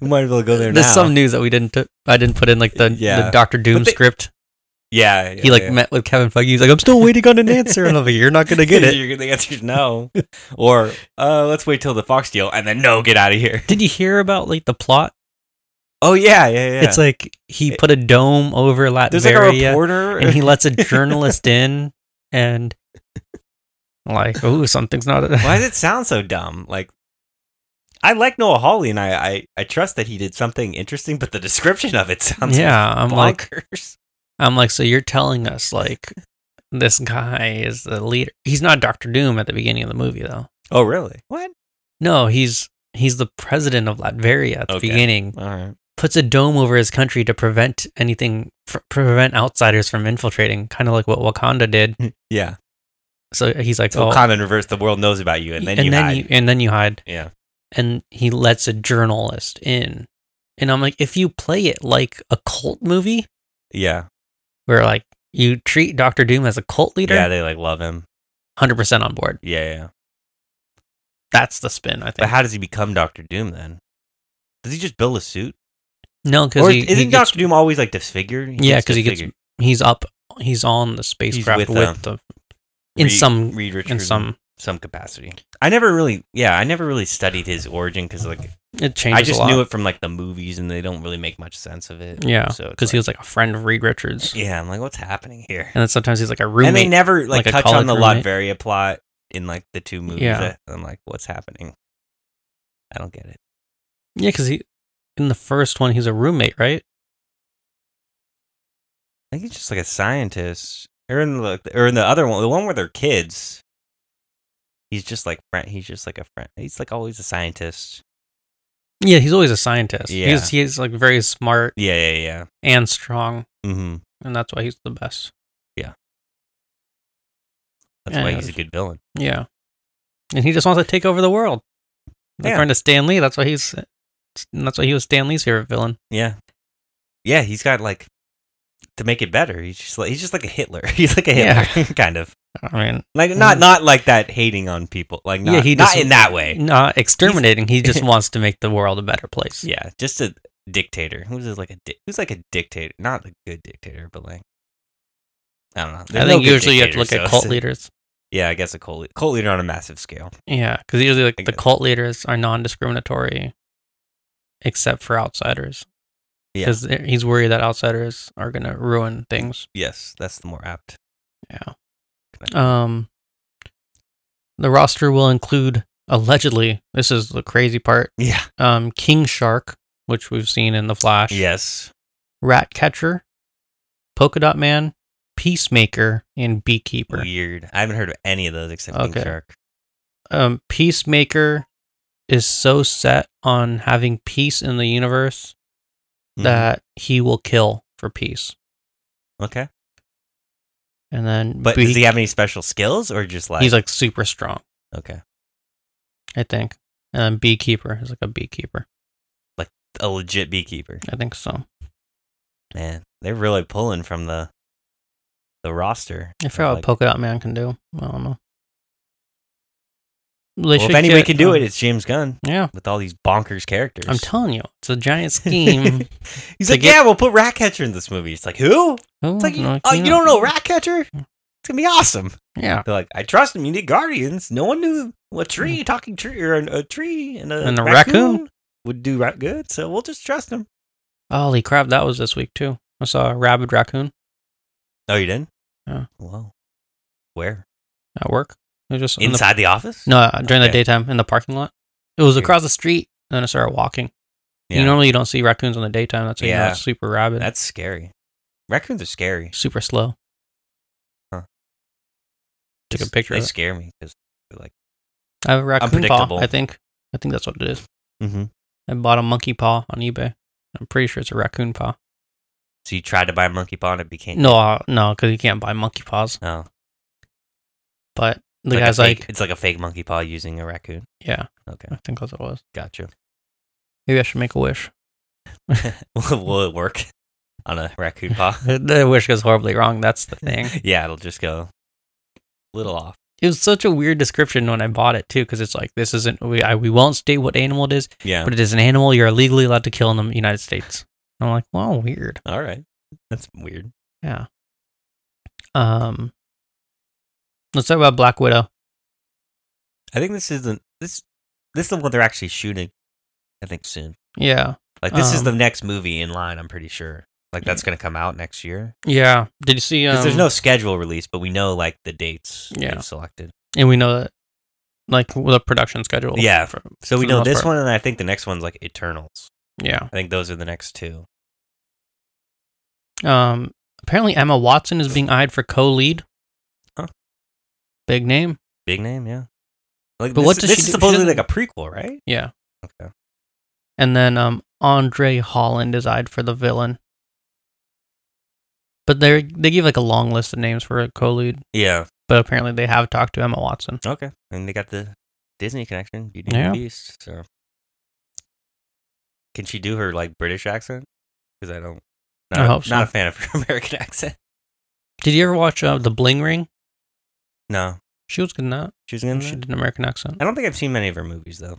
[SPEAKER 3] we might as well go there
[SPEAKER 2] There's
[SPEAKER 3] now.
[SPEAKER 2] some news that we didn't. T- I didn't put in like the,
[SPEAKER 3] Yeah.
[SPEAKER 2] the Doctor Doom
[SPEAKER 3] But they-
[SPEAKER 2] script.
[SPEAKER 3] yeah, yeah,
[SPEAKER 2] he like
[SPEAKER 3] yeah.
[SPEAKER 2] met with Kevin Feige. He's like, I'm still waiting on an answer, and I'm like, you're not gonna get it.
[SPEAKER 3] You're- the answer is no, or uh, let's wait till the Fox deal and then no, get out of here.
[SPEAKER 2] Did you hear about like the plot
[SPEAKER 3] Oh yeah, yeah, yeah.
[SPEAKER 2] It's uh, like he put a dome over
[SPEAKER 3] there's like a
[SPEAKER 2] Latveria,
[SPEAKER 3] reporter.
[SPEAKER 2] and he lets a journalist in, and like, oh, something's not.
[SPEAKER 3] Why does it sound so dumb? Like. I like Noah Hawley, and I, I, I trust that he did something interesting, but the description of it sounds
[SPEAKER 2] yeah, I'm like,
[SPEAKER 3] bonkers.
[SPEAKER 2] I'm like, so you're telling us like this guy is the leader? He's not Doctor Doom at the beginning of the movie, though.
[SPEAKER 3] oh, really? What?
[SPEAKER 2] No, he's he's the president of Latveria at the
[SPEAKER 3] Okay.
[SPEAKER 2] beginning.
[SPEAKER 3] All right.
[SPEAKER 2] Puts a dome over his country to prevent anything, fr- prevent outsiders from infiltrating, kind of like what Wakanda did.
[SPEAKER 3] Yeah.
[SPEAKER 2] So he's like,
[SPEAKER 3] So
[SPEAKER 2] oh,
[SPEAKER 3] Wakanda in reverse, the world knows about you, and then you hide.
[SPEAKER 2] and then you hide.
[SPEAKER 3] yeah.
[SPEAKER 2] and he lets a journalist in. And I'm like, if you play it like a cult movie,
[SPEAKER 3] Yeah.
[SPEAKER 2] where like you treat Doctor Doom as a cult leader,
[SPEAKER 3] Yeah, they like love him.
[SPEAKER 2] hundred percent on board.
[SPEAKER 3] Yeah, yeah.
[SPEAKER 2] That's the spin, I think.
[SPEAKER 3] But how does he become Doctor Doom then? Does he just build a suit?
[SPEAKER 2] no, because
[SPEAKER 3] Or
[SPEAKER 2] he,
[SPEAKER 3] isn't
[SPEAKER 2] he gets-
[SPEAKER 3] Doctor Doom always like disfigured?
[SPEAKER 2] Yeah, 'cause he gets he's up, he's on the spacecraft
[SPEAKER 3] with
[SPEAKER 2] with,
[SPEAKER 3] them.
[SPEAKER 2] the in some
[SPEAKER 3] Reed
[SPEAKER 2] in
[SPEAKER 3] Richards
[SPEAKER 2] some
[SPEAKER 3] some capacity. I never really, yeah, I never really studied his origin because like
[SPEAKER 2] it changes.
[SPEAKER 3] I just
[SPEAKER 2] a lot.
[SPEAKER 3] knew it from like the movies, and they don't really make much sense of it.
[SPEAKER 2] Yeah,
[SPEAKER 3] so
[SPEAKER 2] because he was like a friend of Reed Richards,
[SPEAKER 3] yeah, I'm like, what's happening here?
[SPEAKER 2] and then sometimes he's like a
[SPEAKER 3] and they
[SPEAKER 2] roommate.
[SPEAKER 3] never
[SPEAKER 2] like
[SPEAKER 3] like,
[SPEAKER 2] a
[SPEAKER 3] touch
[SPEAKER 2] college
[SPEAKER 3] on the
[SPEAKER 2] roommate.
[SPEAKER 3] Latveria plot in like the two movies.
[SPEAKER 2] Yeah.
[SPEAKER 3] that- I'm like, what's happening? I don't get it.
[SPEAKER 2] Yeah, because he in the first one he's a roommate, right?
[SPEAKER 3] I think he's just like a scientist. Or in the or in the other one, the one where they're kids. He's just like friend. He's just like a friend. He's like always a scientist.
[SPEAKER 2] Yeah, he's always a scientist.
[SPEAKER 3] Yeah.
[SPEAKER 2] He's he's like very smart
[SPEAKER 3] Yeah, yeah, yeah.
[SPEAKER 2] and strong,
[SPEAKER 3] Mm-hmm.
[SPEAKER 2] and that's why he's the best.
[SPEAKER 3] That's
[SPEAKER 2] Yeah,
[SPEAKER 3] why
[SPEAKER 2] yeah,
[SPEAKER 3] he's a
[SPEAKER 2] that's-
[SPEAKER 3] good villain.
[SPEAKER 2] Yeah. And he just wants to take over the world. Like
[SPEAKER 3] Yeah.
[SPEAKER 2] friend of Stan Lee, that's why he's that's why he was Stan Lee's favorite villain.
[SPEAKER 3] Yeah, yeah. He's got like to make it better. He's just like he's just like a Hitler. He's like a
[SPEAKER 2] Yeah.
[SPEAKER 3] Hitler, kind of
[SPEAKER 2] I mean
[SPEAKER 3] like not
[SPEAKER 2] Mm.
[SPEAKER 3] not like that hating on people. Like not,
[SPEAKER 2] Yeah, he
[SPEAKER 3] not
[SPEAKER 2] just-
[SPEAKER 3] in that way.
[SPEAKER 2] not exterminating, he just wants to make the world a better place.
[SPEAKER 3] Yeah, just a dictator. Who's just like a di- who's like a dictator? Not a good dictator, but like I don't know. There's
[SPEAKER 2] I
[SPEAKER 3] no
[SPEAKER 2] think
[SPEAKER 3] good
[SPEAKER 2] usually you have to look
[SPEAKER 3] dictators,
[SPEAKER 2] at
[SPEAKER 3] so
[SPEAKER 2] cult
[SPEAKER 3] it's-
[SPEAKER 2] leaders.
[SPEAKER 3] Yeah, I guess a cult, lead- cult leader on a massive scale.
[SPEAKER 2] Yeah, because usually like
[SPEAKER 3] I
[SPEAKER 2] the
[SPEAKER 3] guess.
[SPEAKER 2] cult leaders are non-discriminatory, except for outsiders.
[SPEAKER 3] Yeah.
[SPEAKER 2] because he's worried that outsiders are gonna ruin things.
[SPEAKER 3] Yes, that's the more apt.
[SPEAKER 2] Yeah. Um, the roster will include allegedly. This is the crazy part.
[SPEAKER 3] Yeah.
[SPEAKER 2] Um, King Shark, which we've seen in the Flash.
[SPEAKER 3] Yes.
[SPEAKER 2] Rat Catcher, Polka Dot Man, Peacemaker, and Beekeeper.
[SPEAKER 3] Weird. I haven't heard of any of those except King
[SPEAKER 2] Okay.
[SPEAKER 3] Shark.
[SPEAKER 2] um, Peacemaker is so set on having peace in the universe
[SPEAKER 3] Mhm.
[SPEAKER 2] that he will kill for peace.
[SPEAKER 3] Okay.
[SPEAKER 2] And then,
[SPEAKER 3] But
[SPEAKER 2] Bee-
[SPEAKER 3] does he have any special skills or just like
[SPEAKER 2] he's like super strong,
[SPEAKER 3] okay
[SPEAKER 2] I think. And then Beekeeper is like a beekeeper.
[SPEAKER 3] a legit beekeeper?
[SPEAKER 2] I think so.
[SPEAKER 3] Man, they're really pulling from the the roster.
[SPEAKER 2] I forgot what
[SPEAKER 3] Like,
[SPEAKER 2] Polka Dot Man can do. I don't know. They
[SPEAKER 3] well,
[SPEAKER 2] should
[SPEAKER 3] if anybody
[SPEAKER 2] get,
[SPEAKER 3] can do
[SPEAKER 2] um,
[SPEAKER 3] it, it's James Gunn
[SPEAKER 2] yeah.
[SPEAKER 3] with all these bonkers characters.
[SPEAKER 2] I'm telling you, it's a giant scheme.
[SPEAKER 3] He's
[SPEAKER 2] to
[SPEAKER 3] like,
[SPEAKER 2] get-
[SPEAKER 3] yeah, we'll put Ratcatcher in this movie. It's like, who?
[SPEAKER 2] Oh,
[SPEAKER 3] It's like,
[SPEAKER 2] no,
[SPEAKER 3] oh, you
[SPEAKER 2] no.
[SPEAKER 3] don't know Ratcatcher? It's gonna be awesome.
[SPEAKER 2] Yeah,
[SPEAKER 3] They're like, I trust him. You need guardians. No one knew a tree, talking tree, or an- a tree and a,
[SPEAKER 2] Mm. And a raccoon.
[SPEAKER 3] would do ra- good. So we'll just trust him.
[SPEAKER 2] holy crap! That was this week too. I saw a rabid raccoon
[SPEAKER 3] Oh, you didn't?
[SPEAKER 2] Yeah.
[SPEAKER 3] Whoa. Where?
[SPEAKER 2] at work. It was just in the
[SPEAKER 3] Inside the, office?
[SPEAKER 2] No, uh, during the
[SPEAKER 3] Okay.
[SPEAKER 2] daytime in the parking lot. It was
[SPEAKER 3] Weird.
[SPEAKER 2] across the street, and then I started walking.
[SPEAKER 3] Yeah.
[SPEAKER 2] You normally you don't see raccoons in the daytime. That's yeah.
[SPEAKER 3] Yeah.
[SPEAKER 2] super rabid,
[SPEAKER 3] That's scary. Raccoons are scary.
[SPEAKER 2] super slow.
[SPEAKER 3] Huh.
[SPEAKER 2] Took a
[SPEAKER 3] Just-
[SPEAKER 2] picture.
[SPEAKER 3] They
[SPEAKER 2] Of it.
[SPEAKER 3] scare me because they're like,
[SPEAKER 2] I have a raccoon paw.
[SPEAKER 3] Unpredictable.
[SPEAKER 2] I think. I think that's what it is.
[SPEAKER 3] mm-hmm.
[SPEAKER 2] I bought a monkey paw on eBay. I'm pretty sure it's a raccoon paw.
[SPEAKER 3] so you tried to buy a monkey paw and it became
[SPEAKER 2] No, uh, no, because you can't buy monkey paws.
[SPEAKER 3] Oh,
[SPEAKER 2] But the
[SPEAKER 3] Like a
[SPEAKER 2] guy's
[SPEAKER 3] fake-
[SPEAKER 2] like,
[SPEAKER 3] it's like a fake monkey paw using a raccoon.
[SPEAKER 2] yeah,
[SPEAKER 3] Okay,
[SPEAKER 2] I think that's what it was.
[SPEAKER 3] gotcha.
[SPEAKER 2] Maybe I should make a wish.
[SPEAKER 3] Will it work on a raccoon paw?
[SPEAKER 2] the wish goes horribly wrong. That's the thing.
[SPEAKER 3] yeah, it'll just go a little off.
[SPEAKER 2] it was such a weird description when I bought it too, because it's like this isn't we I, we won't state what animal it is,
[SPEAKER 3] Yeah.
[SPEAKER 2] but it is an animal you're illegally allowed to kill in the United States. And I'm like, well, weird.
[SPEAKER 3] All right. That's weird.
[SPEAKER 2] Yeah. Um. Let's talk about Black Widow.
[SPEAKER 3] I think this isn't this this is the one they're actually shooting. I think soon.
[SPEAKER 2] Yeah.
[SPEAKER 3] Like this is
[SPEAKER 2] Um,
[SPEAKER 3] the next movie in line. I'm pretty sure. Like that's gonna come out next year.
[SPEAKER 2] Yeah. Did you see?
[SPEAKER 3] 'Cause
[SPEAKER 2] Um,
[SPEAKER 3] there's no schedule release, but we know like the dates
[SPEAKER 2] Yeah.
[SPEAKER 3] they've selected.
[SPEAKER 2] and we know that, like the production schedule.
[SPEAKER 3] Yeah.
[SPEAKER 2] for-
[SPEAKER 3] So we
[SPEAKER 2] for the
[SPEAKER 3] know
[SPEAKER 2] most
[SPEAKER 3] this
[SPEAKER 2] part.
[SPEAKER 3] one, and I think the next one's like Eternals.
[SPEAKER 2] Yeah.
[SPEAKER 3] I think those are the next two.
[SPEAKER 2] Um. Apparently, Emma Watson is being eyed for co-lead.
[SPEAKER 3] Huh.
[SPEAKER 2] Big name.
[SPEAKER 3] Big name, yeah. Like,
[SPEAKER 2] But
[SPEAKER 3] this,
[SPEAKER 2] what does
[SPEAKER 3] this
[SPEAKER 2] she
[SPEAKER 3] is
[SPEAKER 2] do? She
[SPEAKER 3] supposedly
[SPEAKER 2] doesn't-
[SPEAKER 3] like a prequel, right?
[SPEAKER 2] Yeah.
[SPEAKER 3] Okay.
[SPEAKER 2] And then um, Andre Holland is eyed for the villain. But they they give like a long list of names for a co-lead,
[SPEAKER 3] Yeah.
[SPEAKER 2] but apparently they have talked to Emma Watson.
[SPEAKER 3] Okay. And they got the Disney connection, Beauty
[SPEAKER 2] Yeah.
[SPEAKER 3] and the Beast. So, can she do her like British accent? Because I don't. Not,
[SPEAKER 2] I
[SPEAKER 3] a-
[SPEAKER 2] hope so.
[SPEAKER 3] not a fan of her American accent.
[SPEAKER 2] Did you ever watch uh, The Bling Ring?
[SPEAKER 3] No,
[SPEAKER 2] She was good in that.
[SPEAKER 3] she was in.
[SPEAKER 2] She
[SPEAKER 3] that?
[SPEAKER 2] did an American accent.
[SPEAKER 3] I don't think I've seen many of her movies though.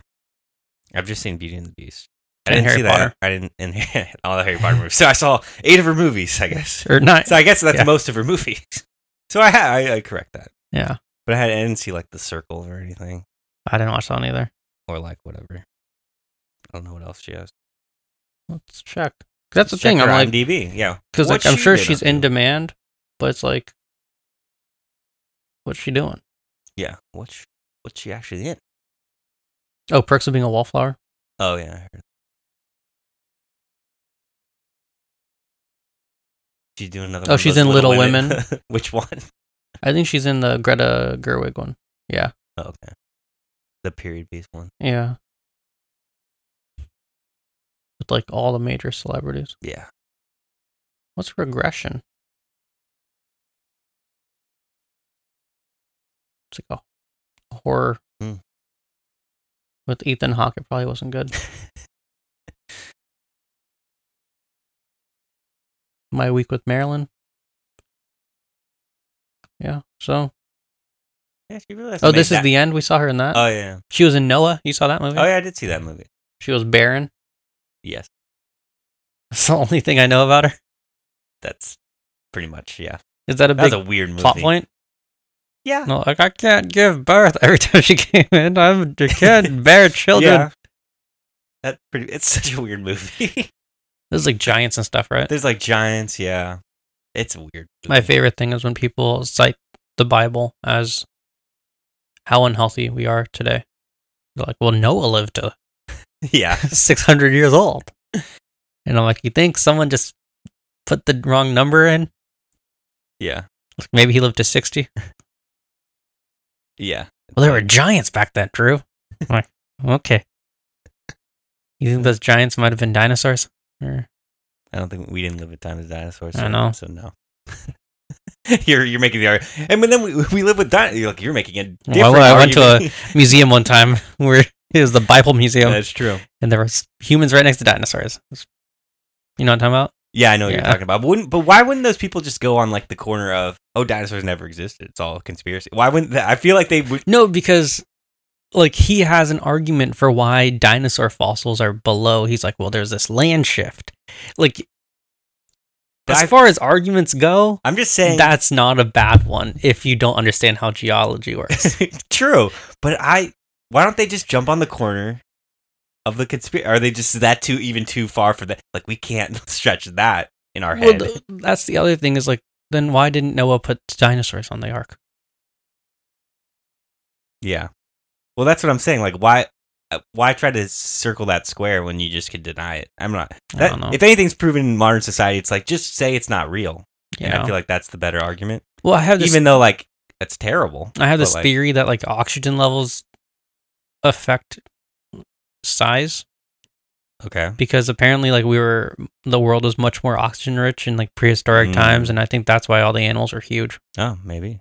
[SPEAKER 3] I've just seen Beauty and the Beast. I
[SPEAKER 2] And
[SPEAKER 3] didn't
[SPEAKER 2] Harry
[SPEAKER 3] see
[SPEAKER 2] Potter.
[SPEAKER 3] that. I didn't in all the Harry Potter movies. So I saw eight of her movies, I guess.
[SPEAKER 2] Or not.
[SPEAKER 3] So I guess that's
[SPEAKER 2] Yeah.
[SPEAKER 3] most of her movies. So I, ha- I I correct that,
[SPEAKER 2] Yeah.
[SPEAKER 3] but I, had, I didn't see like The Circle or anything
[SPEAKER 2] I didn't watch that one either.
[SPEAKER 3] or like whatever. I don't know what else she has.
[SPEAKER 2] Let's check. 'Cause That's the
[SPEAKER 3] Check
[SPEAKER 2] thing.
[SPEAKER 3] her
[SPEAKER 2] I'm like,
[SPEAKER 3] IMDb. Yeah,
[SPEAKER 2] because
[SPEAKER 3] What
[SPEAKER 2] like I'm
[SPEAKER 3] she
[SPEAKER 2] sure
[SPEAKER 3] did
[SPEAKER 2] she's
[SPEAKER 3] up
[SPEAKER 2] in
[SPEAKER 3] to.
[SPEAKER 2] demand, but it's like, what's she doing?
[SPEAKER 3] yeah. What's she, what's she actually in?
[SPEAKER 2] Oh, Perks of Being a Wallflower.
[SPEAKER 3] Oh yeah, I heard. She's doing another.
[SPEAKER 2] Oh,
[SPEAKER 3] one of
[SPEAKER 2] she's
[SPEAKER 3] those
[SPEAKER 2] in Little
[SPEAKER 3] Which one?
[SPEAKER 2] I think she's in the Greta Gerwig one. Yeah.
[SPEAKER 3] Oh, okay, the period piece one.
[SPEAKER 2] Yeah. With like all the major celebrities.
[SPEAKER 3] Yeah,
[SPEAKER 2] What's regression? It's like a horror.
[SPEAKER 3] Hmm.
[SPEAKER 2] With Ethan Hawke, it probably wasn't good. My week with Marilyn. Yeah. So,
[SPEAKER 3] yeah, she really. has to
[SPEAKER 2] oh,
[SPEAKER 3] make
[SPEAKER 2] this is
[SPEAKER 3] that-
[SPEAKER 2] the end. We saw her in that.
[SPEAKER 3] Oh yeah.
[SPEAKER 2] she was in Noah. You saw that movie?
[SPEAKER 3] Oh yeah, I did see that movie.
[SPEAKER 2] She was barren.
[SPEAKER 3] Yes,
[SPEAKER 2] That's the only thing I know about her.
[SPEAKER 3] that's pretty much yeah.
[SPEAKER 2] Is that a
[SPEAKER 3] That was
[SPEAKER 2] big
[SPEAKER 3] a weird movie.
[SPEAKER 2] plot point?
[SPEAKER 3] Yeah.
[SPEAKER 2] No, like I can't give birth every time she came in. I'm, I can't bear children.
[SPEAKER 3] Yeah. That pretty. It's such a weird movie.
[SPEAKER 2] There's like giants and stuff, right?
[SPEAKER 3] There's like giants. Yeah, it's a weird.
[SPEAKER 2] My
[SPEAKER 3] movie.
[SPEAKER 2] favorite thing is when people cite the Bible as how unhealthy we are today. They're like, well, Noah lived to
[SPEAKER 3] Yeah.
[SPEAKER 2] 600 years old. And I'm like, you think someone just put the wrong number in?
[SPEAKER 3] Yeah.
[SPEAKER 2] Like maybe he lived to 60?
[SPEAKER 3] Yeah.
[SPEAKER 2] Well, there were giants back then, Drew. I'm like, okay. You think those giants might have been dinosaurs? Or-
[SPEAKER 3] I don't think we didn't live with time as dinosaurs.
[SPEAKER 2] I
[SPEAKER 3] so-
[SPEAKER 2] know.
[SPEAKER 3] So no. you're you're making the argument, and then we, we live with dinosaurs. You're like you're making a
[SPEAKER 2] Well,
[SPEAKER 3] different.
[SPEAKER 2] I went to a-
[SPEAKER 3] argument.
[SPEAKER 2] museum one time where it was the Bible Museum,
[SPEAKER 3] That's true.
[SPEAKER 2] and there were s- humans right next to dinosaurs. You know what I'm talking about?
[SPEAKER 3] Yeah, I know what you're
[SPEAKER 2] Yeah.
[SPEAKER 3] talking about. But wouldn't but why wouldn't those people just go on like the corner of oh dinosaurs never existed? It's all a conspiracy. Why wouldn't that? I feel like they would.
[SPEAKER 2] No, because like he has an argument for why dinosaur fossils are below. He's like, well, there's this land shift. Like,
[SPEAKER 3] But
[SPEAKER 2] as
[SPEAKER 3] I-
[SPEAKER 2] far as arguments go,
[SPEAKER 3] I'm just saying
[SPEAKER 2] that's not a bad one if you don't understand how geology works.
[SPEAKER 3] true. But I why don't they just jump on the corner of the conspiracy? Are they just is that too even too far for that? Like we can't stretch that in our
[SPEAKER 2] well,
[SPEAKER 3] head.
[SPEAKER 2] th- that's the other thing is like, then why didn't Noah put dinosaurs on the ark?
[SPEAKER 3] Yeah. Well, that's what I'm saying. Like, why, uh, why try to circle that square when you just could deny it? I'm not.
[SPEAKER 2] I
[SPEAKER 3] That,
[SPEAKER 2] don't know.
[SPEAKER 3] If anything's proven in modern society, it's like just say it's not real. And I
[SPEAKER 2] Yeah.
[SPEAKER 3] feel like that's the better argument,
[SPEAKER 2] well, I have this
[SPEAKER 3] even though like that's terrible.
[SPEAKER 2] I have
[SPEAKER 3] But,
[SPEAKER 2] this
[SPEAKER 3] like-
[SPEAKER 2] theory that like oxygen levels affect size
[SPEAKER 3] Okay.
[SPEAKER 2] because apparently like we were the world was much more oxygen rich in like prehistoric
[SPEAKER 3] Mm.
[SPEAKER 2] times and I think that's why all the animals are huge.
[SPEAKER 3] Oh, maybe.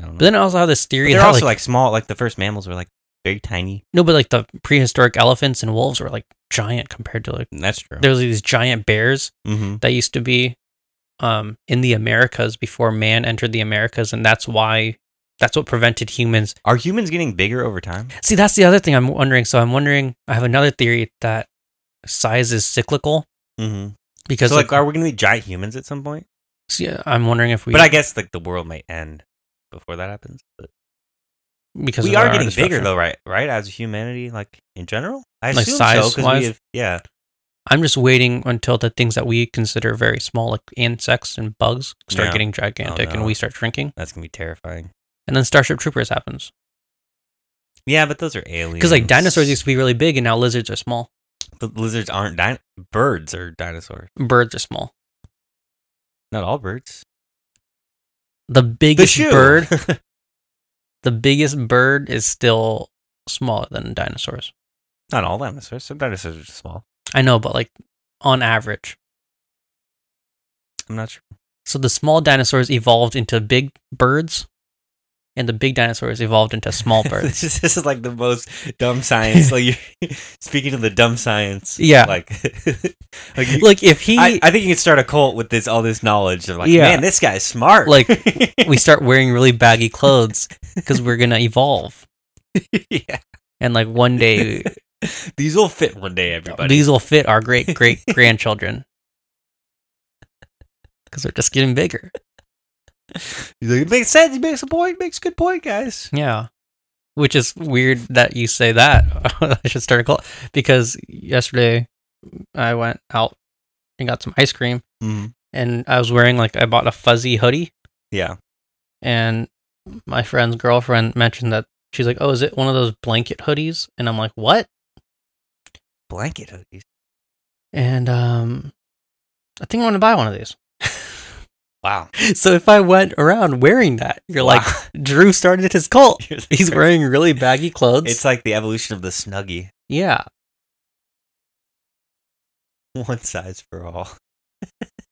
[SPEAKER 3] I
[SPEAKER 2] But
[SPEAKER 3] don't know.
[SPEAKER 2] then I also have this
[SPEAKER 3] But
[SPEAKER 2] theory
[SPEAKER 3] they're
[SPEAKER 2] that
[SPEAKER 3] also
[SPEAKER 2] like,
[SPEAKER 3] like small. Like the first mammals were like very tiny.
[SPEAKER 2] no, but like the prehistoric elephants and wolves were like giant compared to like
[SPEAKER 3] And That's true.
[SPEAKER 2] there was these giant bears
[SPEAKER 3] Mm-hmm.
[SPEAKER 2] that used to be um in the Americas before man entered the Americas and that's why that's what prevented humans
[SPEAKER 3] Are humans getting bigger over time?
[SPEAKER 2] See, that's the other thing I'm wondering. So I'm wondering. I have another theory that size is cyclical
[SPEAKER 3] Mm-hmm.
[SPEAKER 2] because,
[SPEAKER 3] so, like,
[SPEAKER 2] like,
[SPEAKER 3] are we going to be giant humans at some point?
[SPEAKER 2] see, I'm wondering if we,
[SPEAKER 3] But I guess like the world might end before that happens. But
[SPEAKER 2] because
[SPEAKER 3] we
[SPEAKER 2] of
[SPEAKER 3] are
[SPEAKER 2] our
[SPEAKER 3] getting bigger
[SPEAKER 2] destruction.
[SPEAKER 3] though, right? Right, as humanity, like in general, I
[SPEAKER 2] Like
[SPEAKER 3] assume so because
[SPEAKER 2] size-wise?
[SPEAKER 3] we have, yeah,
[SPEAKER 2] I'm just waiting until the things that we consider very small, like insects and bugs, start
[SPEAKER 3] Yeah. Oh,
[SPEAKER 2] getting gigantic,
[SPEAKER 3] no.
[SPEAKER 2] and we start shrinking,
[SPEAKER 3] that's gonna be terrifying.
[SPEAKER 2] and then Starship Troopers happens
[SPEAKER 3] Yeah, but those are aliens.
[SPEAKER 2] because, like, dinosaurs used to be really big, and now lizards are small,
[SPEAKER 3] but lizards aren't din- birds are dinosaurs.
[SPEAKER 2] birds are small.
[SPEAKER 3] Not all birds.
[SPEAKER 2] The
[SPEAKER 3] The
[SPEAKER 2] biggest
[SPEAKER 3] shoe
[SPEAKER 2] bird, the biggest bird, is still smaller than dinosaurs.
[SPEAKER 3] Not all dinosaurs. Some dinosaurs are small.
[SPEAKER 2] I know, but like on average.
[SPEAKER 3] I'm not sure.
[SPEAKER 2] So the small dinosaurs evolved into big birds, and the big dinosaurs evolved into small
[SPEAKER 3] this,
[SPEAKER 2] birds.
[SPEAKER 3] is, this is like the most dumb science. like you're speaking to the dumb science.
[SPEAKER 2] Yeah.
[SPEAKER 3] Like, like, you,
[SPEAKER 2] like if he,
[SPEAKER 3] I, I think you can start a cult with this all this knowledge of like,
[SPEAKER 2] Yeah.
[SPEAKER 3] man, this guy's smart.
[SPEAKER 2] Like, we start wearing really baggy clothes because we're gonna evolve,
[SPEAKER 3] yeah.
[SPEAKER 2] and like one day
[SPEAKER 3] These will fit one day, everybody.
[SPEAKER 2] these will fit our great great grandchildren because they're just getting bigger.
[SPEAKER 3] He's like, it makes sense. He makes a point. Makes a good point, guys.
[SPEAKER 2] Yeah. Which is weird that you say that. I should start a call because yesterday I went out and got some ice cream
[SPEAKER 3] Mm.
[SPEAKER 2] and I was wearing like I bought a fuzzy hoodie
[SPEAKER 3] Yeah.
[SPEAKER 2] and my friend's girlfriend mentioned that she's like, "Oh, is it one of those blanket hoodies?" And I'm like, "What?"
[SPEAKER 3] blanket hoodies.
[SPEAKER 2] And um, I think I'm going to buy one of these.
[SPEAKER 3] Wow.
[SPEAKER 2] So if I went around wearing that, you're like,
[SPEAKER 3] Wow.
[SPEAKER 2] Drew started his cult.
[SPEAKER 3] You're the
[SPEAKER 2] He's
[SPEAKER 3] first-
[SPEAKER 2] wearing really baggy clothes.
[SPEAKER 3] It's like the evolution of the snuggie.
[SPEAKER 2] yeah.
[SPEAKER 3] One size for all.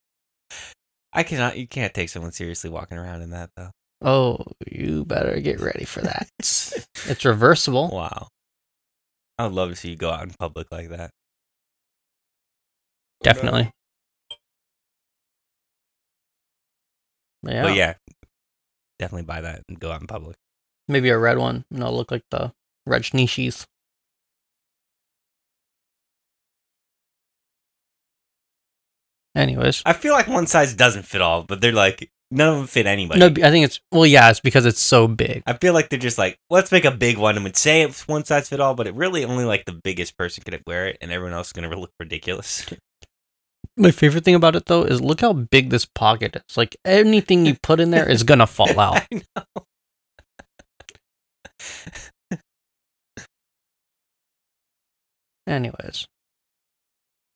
[SPEAKER 3] I cannot. You can't take someone seriously walking around in that though.
[SPEAKER 2] Oh, you better get ready for that. it's reversible.
[SPEAKER 3] Wow. I would love to see you go out in public like that.
[SPEAKER 2] Definitely. Yeah.
[SPEAKER 3] But yeah, definitely buy that and go out in public.
[SPEAKER 2] Maybe a red one, and I'll look like the Rajneeshis. Anyways,
[SPEAKER 3] I feel like one size doesn't fit all, but they're like none of them fit anybody.
[SPEAKER 2] no, I think it's well, yeah, it's because it's so big.
[SPEAKER 3] I feel like they're just like, let's make a big one and would say it's one size fit all, but it really only like the biggest person could wear it, and everyone else is gonna look ridiculous.
[SPEAKER 2] My favorite thing about it though is look how big this pocket is. Like anything you put in there is gonna fall out.
[SPEAKER 3] I know.
[SPEAKER 2] Anyways,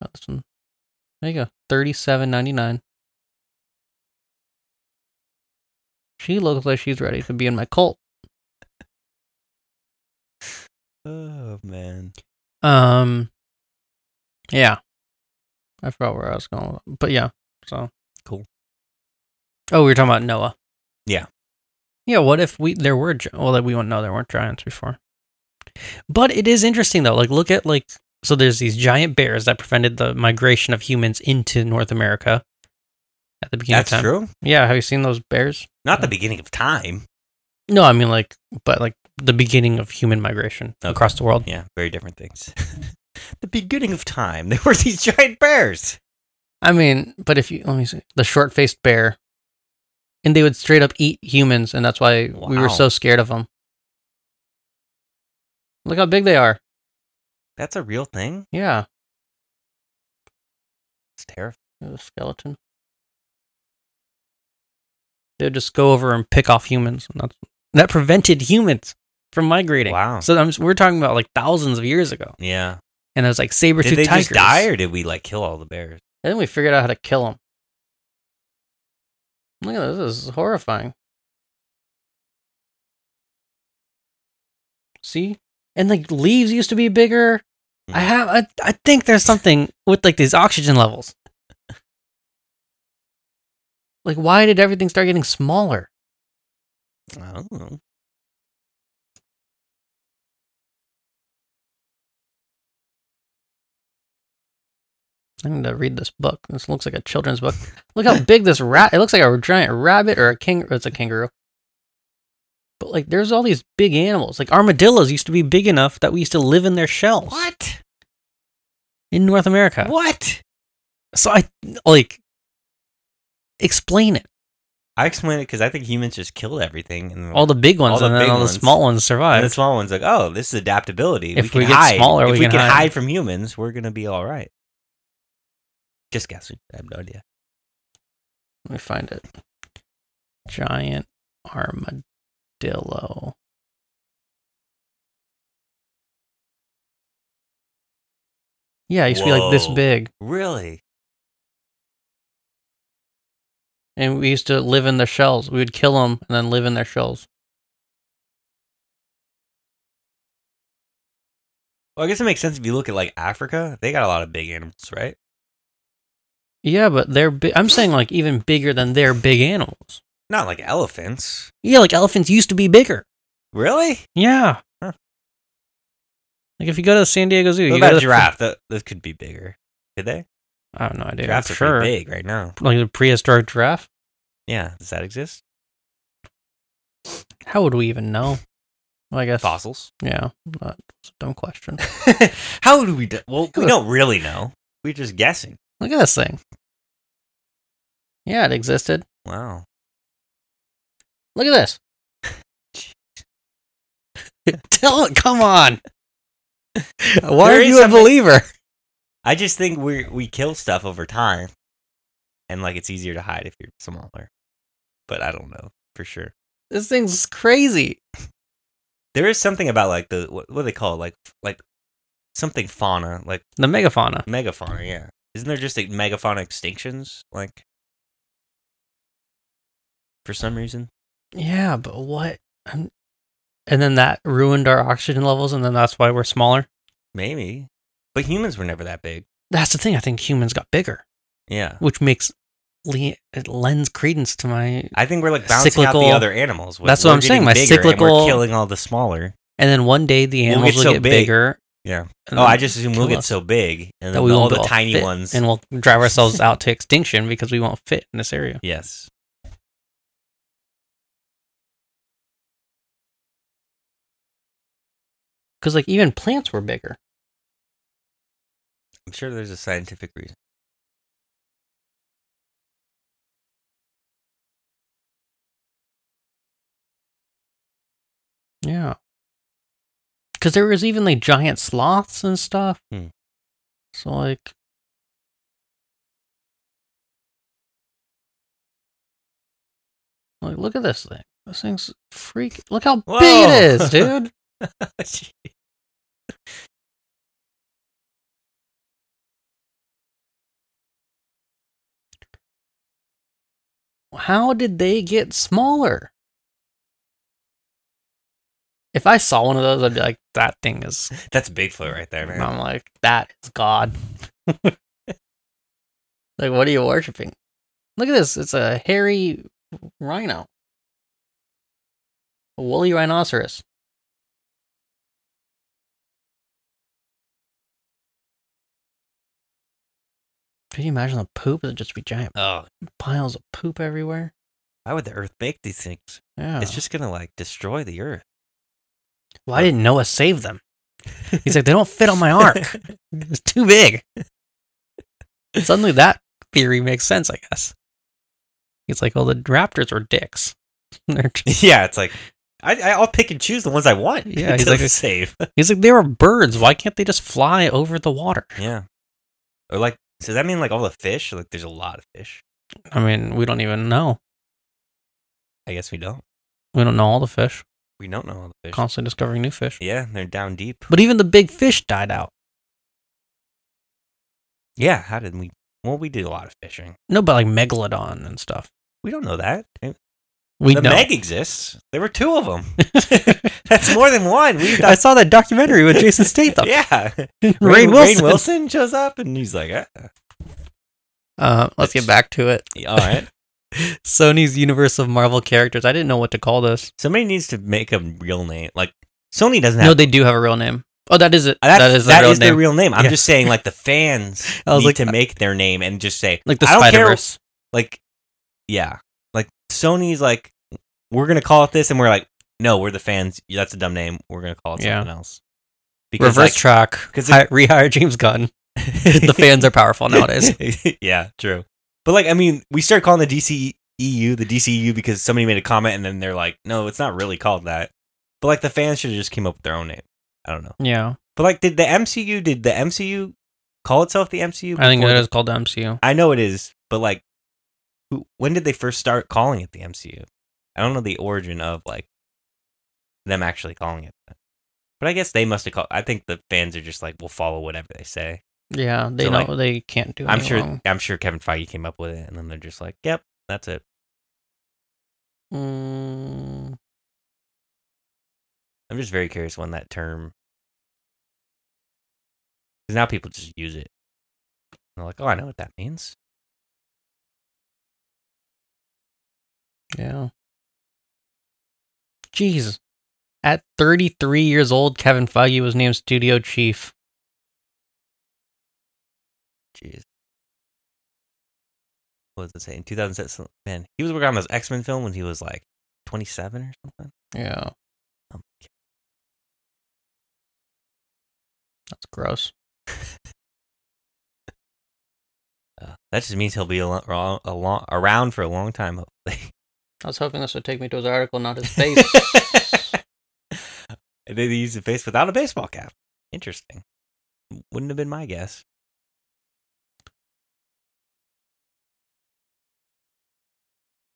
[SPEAKER 2] Oh, this one. There you go, thirty-seven ninety-nine. She looks like she's ready to be in my cult.
[SPEAKER 3] Oh man.
[SPEAKER 2] Um, yeah, I forgot where I was going, with it, but yeah, so
[SPEAKER 3] Cool.
[SPEAKER 2] Oh, we were talking about Noah.
[SPEAKER 3] Yeah.
[SPEAKER 2] yeah. What if we there were gi- well that we wouldn't know there weren't giants before, but it is interesting though. Like, look at like so there's these giant bears that prevented the migration of humans into North America at the beginning
[SPEAKER 3] That's
[SPEAKER 2] of time.
[SPEAKER 3] true.
[SPEAKER 2] Yeah, have you seen those bears?
[SPEAKER 3] Not the beginning of time.
[SPEAKER 2] No, I mean like, but like the beginning of human migration
[SPEAKER 3] Okay.
[SPEAKER 2] across the world.
[SPEAKER 3] Yeah, very different things. the beginning of time, there were these giant bears.
[SPEAKER 2] I mean, but if you let me see the short faced bear, and they would straight up eat humans, and that's why we
[SPEAKER 3] Wow.
[SPEAKER 2] were so scared of them. Look how big they are.
[SPEAKER 3] That's a real thing.
[SPEAKER 2] Yeah,
[SPEAKER 3] It's terrifying.
[SPEAKER 2] there's a skeleton. They would just go over and pick off humans, and that's, that prevented humans from migrating.
[SPEAKER 3] Wow.
[SPEAKER 2] So I'm, we're talking about like thousands of years ago,
[SPEAKER 3] Yeah.
[SPEAKER 2] and it was like saber
[SPEAKER 3] Did
[SPEAKER 2] tooth
[SPEAKER 3] they
[SPEAKER 2] tigers.
[SPEAKER 3] just die, or did we like kill all the bears?
[SPEAKER 2] And then we figured out how to kill them. Look at this. This is horrifying. See? And like leaves used to be bigger. I
[SPEAKER 3] Mhm.
[SPEAKER 2] have I, I think there's something with like these oxygen levels. Like why did everything start getting smaller?
[SPEAKER 3] I don't know.
[SPEAKER 2] I need to read this book. This looks like a children's book. Look how big this rat. It looks like a giant rabbit or a king. It's a kangaroo. But like, there's all these big animals. Like armadillos used to be big enough that we used to live in their shells.
[SPEAKER 3] What?
[SPEAKER 2] in North America?
[SPEAKER 3] What?
[SPEAKER 2] So I like explain it.
[SPEAKER 3] I explained it because I think humans just killed everything, and
[SPEAKER 2] All the big ones
[SPEAKER 3] All the
[SPEAKER 2] and then
[SPEAKER 3] big
[SPEAKER 2] all
[SPEAKER 3] ones.
[SPEAKER 2] the small ones survive.
[SPEAKER 3] and the small ones like, oh, this is adaptability.
[SPEAKER 2] If
[SPEAKER 3] can
[SPEAKER 2] we get
[SPEAKER 3] hide.
[SPEAKER 2] smaller,
[SPEAKER 3] if
[SPEAKER 2] we
[SPEAKER 3] we
[SPEAKER 2] can
[SPEAKER 3] can
[SPEAKER 2] hide.
[SPEAKER 3] hide from humans, we're gonna be all right. Just guessing. I have no idea.
[SPEAKER 2] Let me find it. Giant armadillo. Yeah, it used to be like this
[SPEAKER 3] Whoa.
[SPEAKER 2] big.
[SPEAKER 3] Really?
[SPEAKER 2] And we used to live in their shells. We would kill them and then live in their shells.
[SPEAKER 3] Well, I guess it makes sense if you look at like Africa. They got a lot of big animals, right?
[SPEAKER 2] Yeah, but they're big. I'm saying like even bigger than their big animals.
[SPEAKER 3] Not like elephants.
[SPEAKER 2] Yeah, like elephants used to be bigger.
[SPEAKER 3] Really?
[SPEAKER 2] Yeah.
[SPEAKER 3] Huh.
[SPEAKER 2] Like if you go to the San Diego Zoo,
[SPEAKER 3] What
[SPEAKER 2] you go to
[SPEAKER 3] about
[SPEAKER 2] the-
[SPEAKER 3] giraffe? That that could be bigger. Could they?
[SPEAKER 2] I have no idea. I'm
[SPEAKER 3] Giraffes are
[SPEAKER 2] sure.
[SPEAKER 3] pretty big right now.
[SPEAKER 2] Like a prehistoric giraffe.
[SPEAKER 3] Yeah. Does that exist?
[SPEAKER 2] How would we even know? Well, I guess.
[SPEAKER 3] Fossils.
[SPEAKER 2] Yeah, that's a dumb question.
[SPEAKER 3] How do we? Do- well, we don't really know. We're just guessing.
[SPEAKER 2] Look at this thing. Yeah, it existed.
[SPEAKER 3] Wow.
[SPEAKER 2] Look at this. Tell come on. Why
[SPEAKER 3] There
[SPEAKER 2] are
[SPEAKER 3] is
[SPEAKER 2] you a
[SPEAKER 3] something-
[SPEAKER 2] believer?
[SPEAKER 3] I just think we we kill stuff over time, and like it's easier to hide if you're smaller. But I don't know for sure.
[SPEAKER 2] This thing's crazy.
[SPEAKER 3] There is something about like the what, what do they call it? like like something fauna, like
[SPEAKER 2] The megafauna.
[SPEAKER 3] megafauna. Yeah, isn't there just like megafauna extinctions? Like for some reason,
[SPEAKER 2] Yeah, but what? I'm... And then that ruined our oxygen levels, and then that's why we're smaller.
[SPEAKER 3] maybe. But humans were never that big.
[SPEAKER 2] That's the thing. I think humans got bigger,
[SPEAKER 3] Yeah,
[SPEAKER 2] which makes le- it lends credence to my.
[SPEAKER 3] I think we're like bouncing out
[SPEAKER 2] Cyclical-
[SPEAKER 3] the other animals.
[SPEAKER 2] That's what
[SPEAKER 3] we're
[SPEAKER 2] I'm saying,
[SPEAKER 3] getting
[SPEAKER 2] my
[SPEAKER 3] bigger and
[SPEAKER 2] cyclical-
[SPEAKER 3] we're killing all the smaller.
[SPEAKER 2] And then one day the
[SPEAKER 3] We'll
[SPEAKER 2] animals
[SPEAKER 3] get
[SPEAKER 2] will
[SPEAKER 3] so
[SPEAKER 2] get
[SPEAKER 3] big.
[SPEAKER 2] bigger.
[SPEAKER 3] Yeah.
[SPEAKER 2] and
[SPEAKER 3] Oh, I
[SPEAKER 2] then
[SPEAKER 3] just assume we'll
[SPEAKER 2] kill
[SPEAKER 3] get
[SPEAKER 2] us.
[SPEAKER 3] so big, and
[SPEAKER 2] that
[SPEAKER 3] then
[SPEAKER 2] we
[SPEAKER 3] all
[SPEAKER 2] won't
[SPEAKER 3] the
[SPEAKER 2] be able to
[SPEAKER 3] tiny
[SPEAKER 2] fit,
[SPEAKER 3] ones.
[SPEAKER 2] and we'll drive ourselves out to extinction because we won't fit in this area.
[SPEAKER 3] yes.
[SPEAKER 2] Because like even plants were bigger.
[SPEAKER 3] I'm sure there's a scientific reason.
[SPEAKER 2] Yeah. Because there was even like giant sloths and stuff.
[SPEAKER 3] Hmm.
[SPEAKER 2] So like, like look at this thing. This thing's freak. Look how big it
[SPEAKER 3] Whoa.
[SPEAKER 2] is, dude. How did they get smaller? If I saw one of those, I'd be like, that thing is.
[SPEAKER 3] That's Bigfoot right there, man.
[SPEAKER 2] I'm like, that is God. like, what are you worshiping? Look at this. It's a hairy rhino, a woolly rhinoceros. Could you imagine the poop? It'd just be giant
[SPEAKER 3] Oh,
[SPEAKER 2] piles of poop everywhere.
[SPEAKER 3] why would the Earth make these things?
[SPEAKER 2] Yeah.
[SPEAKER 3] It's just gonna like destroy the Earth.
[SPEAKER 2] Why didn't Noah save them? He's like, they don't fit on my ark. It's too big. Suddenly that theory makes sense, I guess. It's like, oh, the raptors are dicks. They're just-
[SPEAKER 3] yeah, it's like I, I- I'll pick and choose the ones I want.
[SPEAKER 2] Yeah, he's
[SPEAKER 3] to
[SPEAKER 2] like-
[SPEAKER 3] save.
[SPEAKER 2] He's like, they were birds. Why can't they just fly over the water?
[SPEAKER 3] yeah, or like, does that mean like all the fish? Like, there's a lot of fish.
[SPEAKER 2] I mean, we don't even know.
[SPEAKER 3] I guess we don't.
[SPEAKER 2] We don't know all the fish.
[SPEAKER 3] We don't know all the fish.
[SPEAKER 2] Constantly discovering new fish.
[SPEAKER 3] yeah, they're down deep.
[SPEAKER 2] But even the big fish died out.
[SPEAKER 3] Yeah, how did we? Well, we did a lot of fishing.
[SPEAKER 2] No, but like megalodon and stuff.
[SPEAKER 3] We don't know that.
[SPEAKER 2] We
[SPEAKER 3] the
[SPEAKER 2] know.
[SPEAKER 3] Meg exists. There were two of them. That's more than one. We
[SPEAKER 2] I saw that documentary with Jason Statham.
[SPEAKER 3] yeah.
[SPEAKER 2] Rain, Wilson.
[SPEAKER 3] Wilson shows up and he's like, ah.
[SPEAKER 2] Uh, let's get back to it.
[SPEAKER 3] all right.
[SPEAKER 2] Sony's universe of Marvel characters. I didn't know what to call this.
[SPEAKER 3] Somebody needs to make a real name. Like Sony doesn't
[SPEAKER 2] No,
[SPEAKER 3] have.
[SPEAKER 2] they do have a real name. Oh, that is it.
[SPEAKER 3] That's,
[SPEAKER 2] that is the
[SPEAKER 3] that
[SPEAKER 2] real
[SPEAKER 3] is
[SPEAKER 2] name.
[SPEAKER 3] their real name. I'm
[SPEAKER 2] Yeah.
[SPEAKER 3] just saying, like the fans
[SPEAKER 2] I was
[SPEAKER 3] need
[SPEAKER 2] like- uh,
[SPEAKER 3] to make their name and just say,
[SPEAKER 2] like the
[SPEAKER 3] I don't care-
[SPEAKER 2] Spider Verse.
[SPEAKER 3] like, yeah, like Sony's like, we're gonna call it this, and we're like, no, we're the fans. That's a dumb name. We're gonna call it
[SPEAKER 2] Yeah.
[SPEAKER 3] something else.
[SPEAKER 2] Reverse
[SPEAKER 3] like,
[SPEAKER 2] track.
[SPEAKER 3] 'cause
[SPEAKER 2] Hi- rehire James Gunn. the fans are powerful nowadays.
[SPEAKER 3] yeah, true. But like, I mean, we started calling the DCEU the DCEU because somebody made a comment, and then they're like, no, it's not really called that. But like, the fans should have just came up with their own name. I don't know.
[SPEAKER 2] Yeah,
[SPEAKER 3] But like, did the MCU? Did the MCU call itself the MCU?
[SPEAKER 2] I think
[SPEAKER 3] before
[SPEAKER 2] it
[SPEAKER 3] the-
[SPEAKER 2] is called the MCU.
[SPEAKER 3] I know it is, but like, who, when did they first start calling it the MCU? I don't know the origin of like them actually calling it that. But I guess they must have called. I think the fans are just like, we'll follow whatever they say.
[SPEAKER 2] Yeah, they
[SPEAKER 3] So,
[SPEAKER 2] know
[SPEAKER 3] like,
[SPEAKER 2] they can't do.
[SPEAKER 3] I'm
[SPEAKER 2] any
[SPEAKER 3] sure.
[SPEAKER 2] wrong.
[SPEAKER 3] I'm sure Kevin Feige came up with it, and then they're just like, yep, that's it.
[SPEAKER 2] Mm,
[SPEAKER 3] I'm just very curious when that term. Because now people just use it. They're like, oh, I know what that means.
[SPEAKER 2] yeah. Jeez, at 33 years old, Kevin Feige was named studio chief.
[SPEAKER 3] Jeez. What was it saying? 2006. Man, he was working on this X Men film when he was like 27 or something.
[SPEAKER 2] Yeah,
[SPEAKER 3] Um,
[SPEAKER 2] that's gross.
[SPEAKER 3] uh, that just means he'll be a lo- ro- a lo- around for a long time, hopefully.
[SPEAKER 2] I was hoping this would take me to his article, not his face.
[SPEAKER 3] and then he used a face without a baseball cap. Interesting. Wouldn't have been my guess.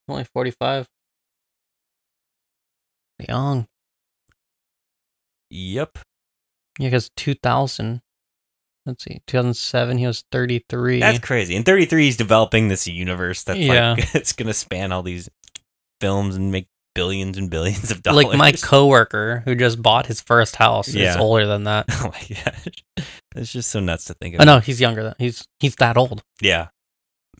[SPEAKER 2] Only 45. Young.
[SPEAKER 3] Yep.
[SPEAKER 2] Yeah, because 2000 Let's see. 2007, he was 33.
[SPEAKER 3] That's crazy. And 33 he's developing this universe that's
[SPEAKER 2] Yeah.
[SPEAKER 3] like it's going to span all these films and make billions and billions of dollars.
[SPEAKER 2] like my coworker who just bought his first house is
[SPEAKER 3] Yeah.
[SPEAKER 2] older than that.
[SPEAKER 3] Oh my gosh. That's just so nuts to think
[SPEAKER 2] Oh
[SPEAKER 3] about.
[SPEAKER 2] no, he's younger than he's he's that old.
[SPEAKER 3] Yeah.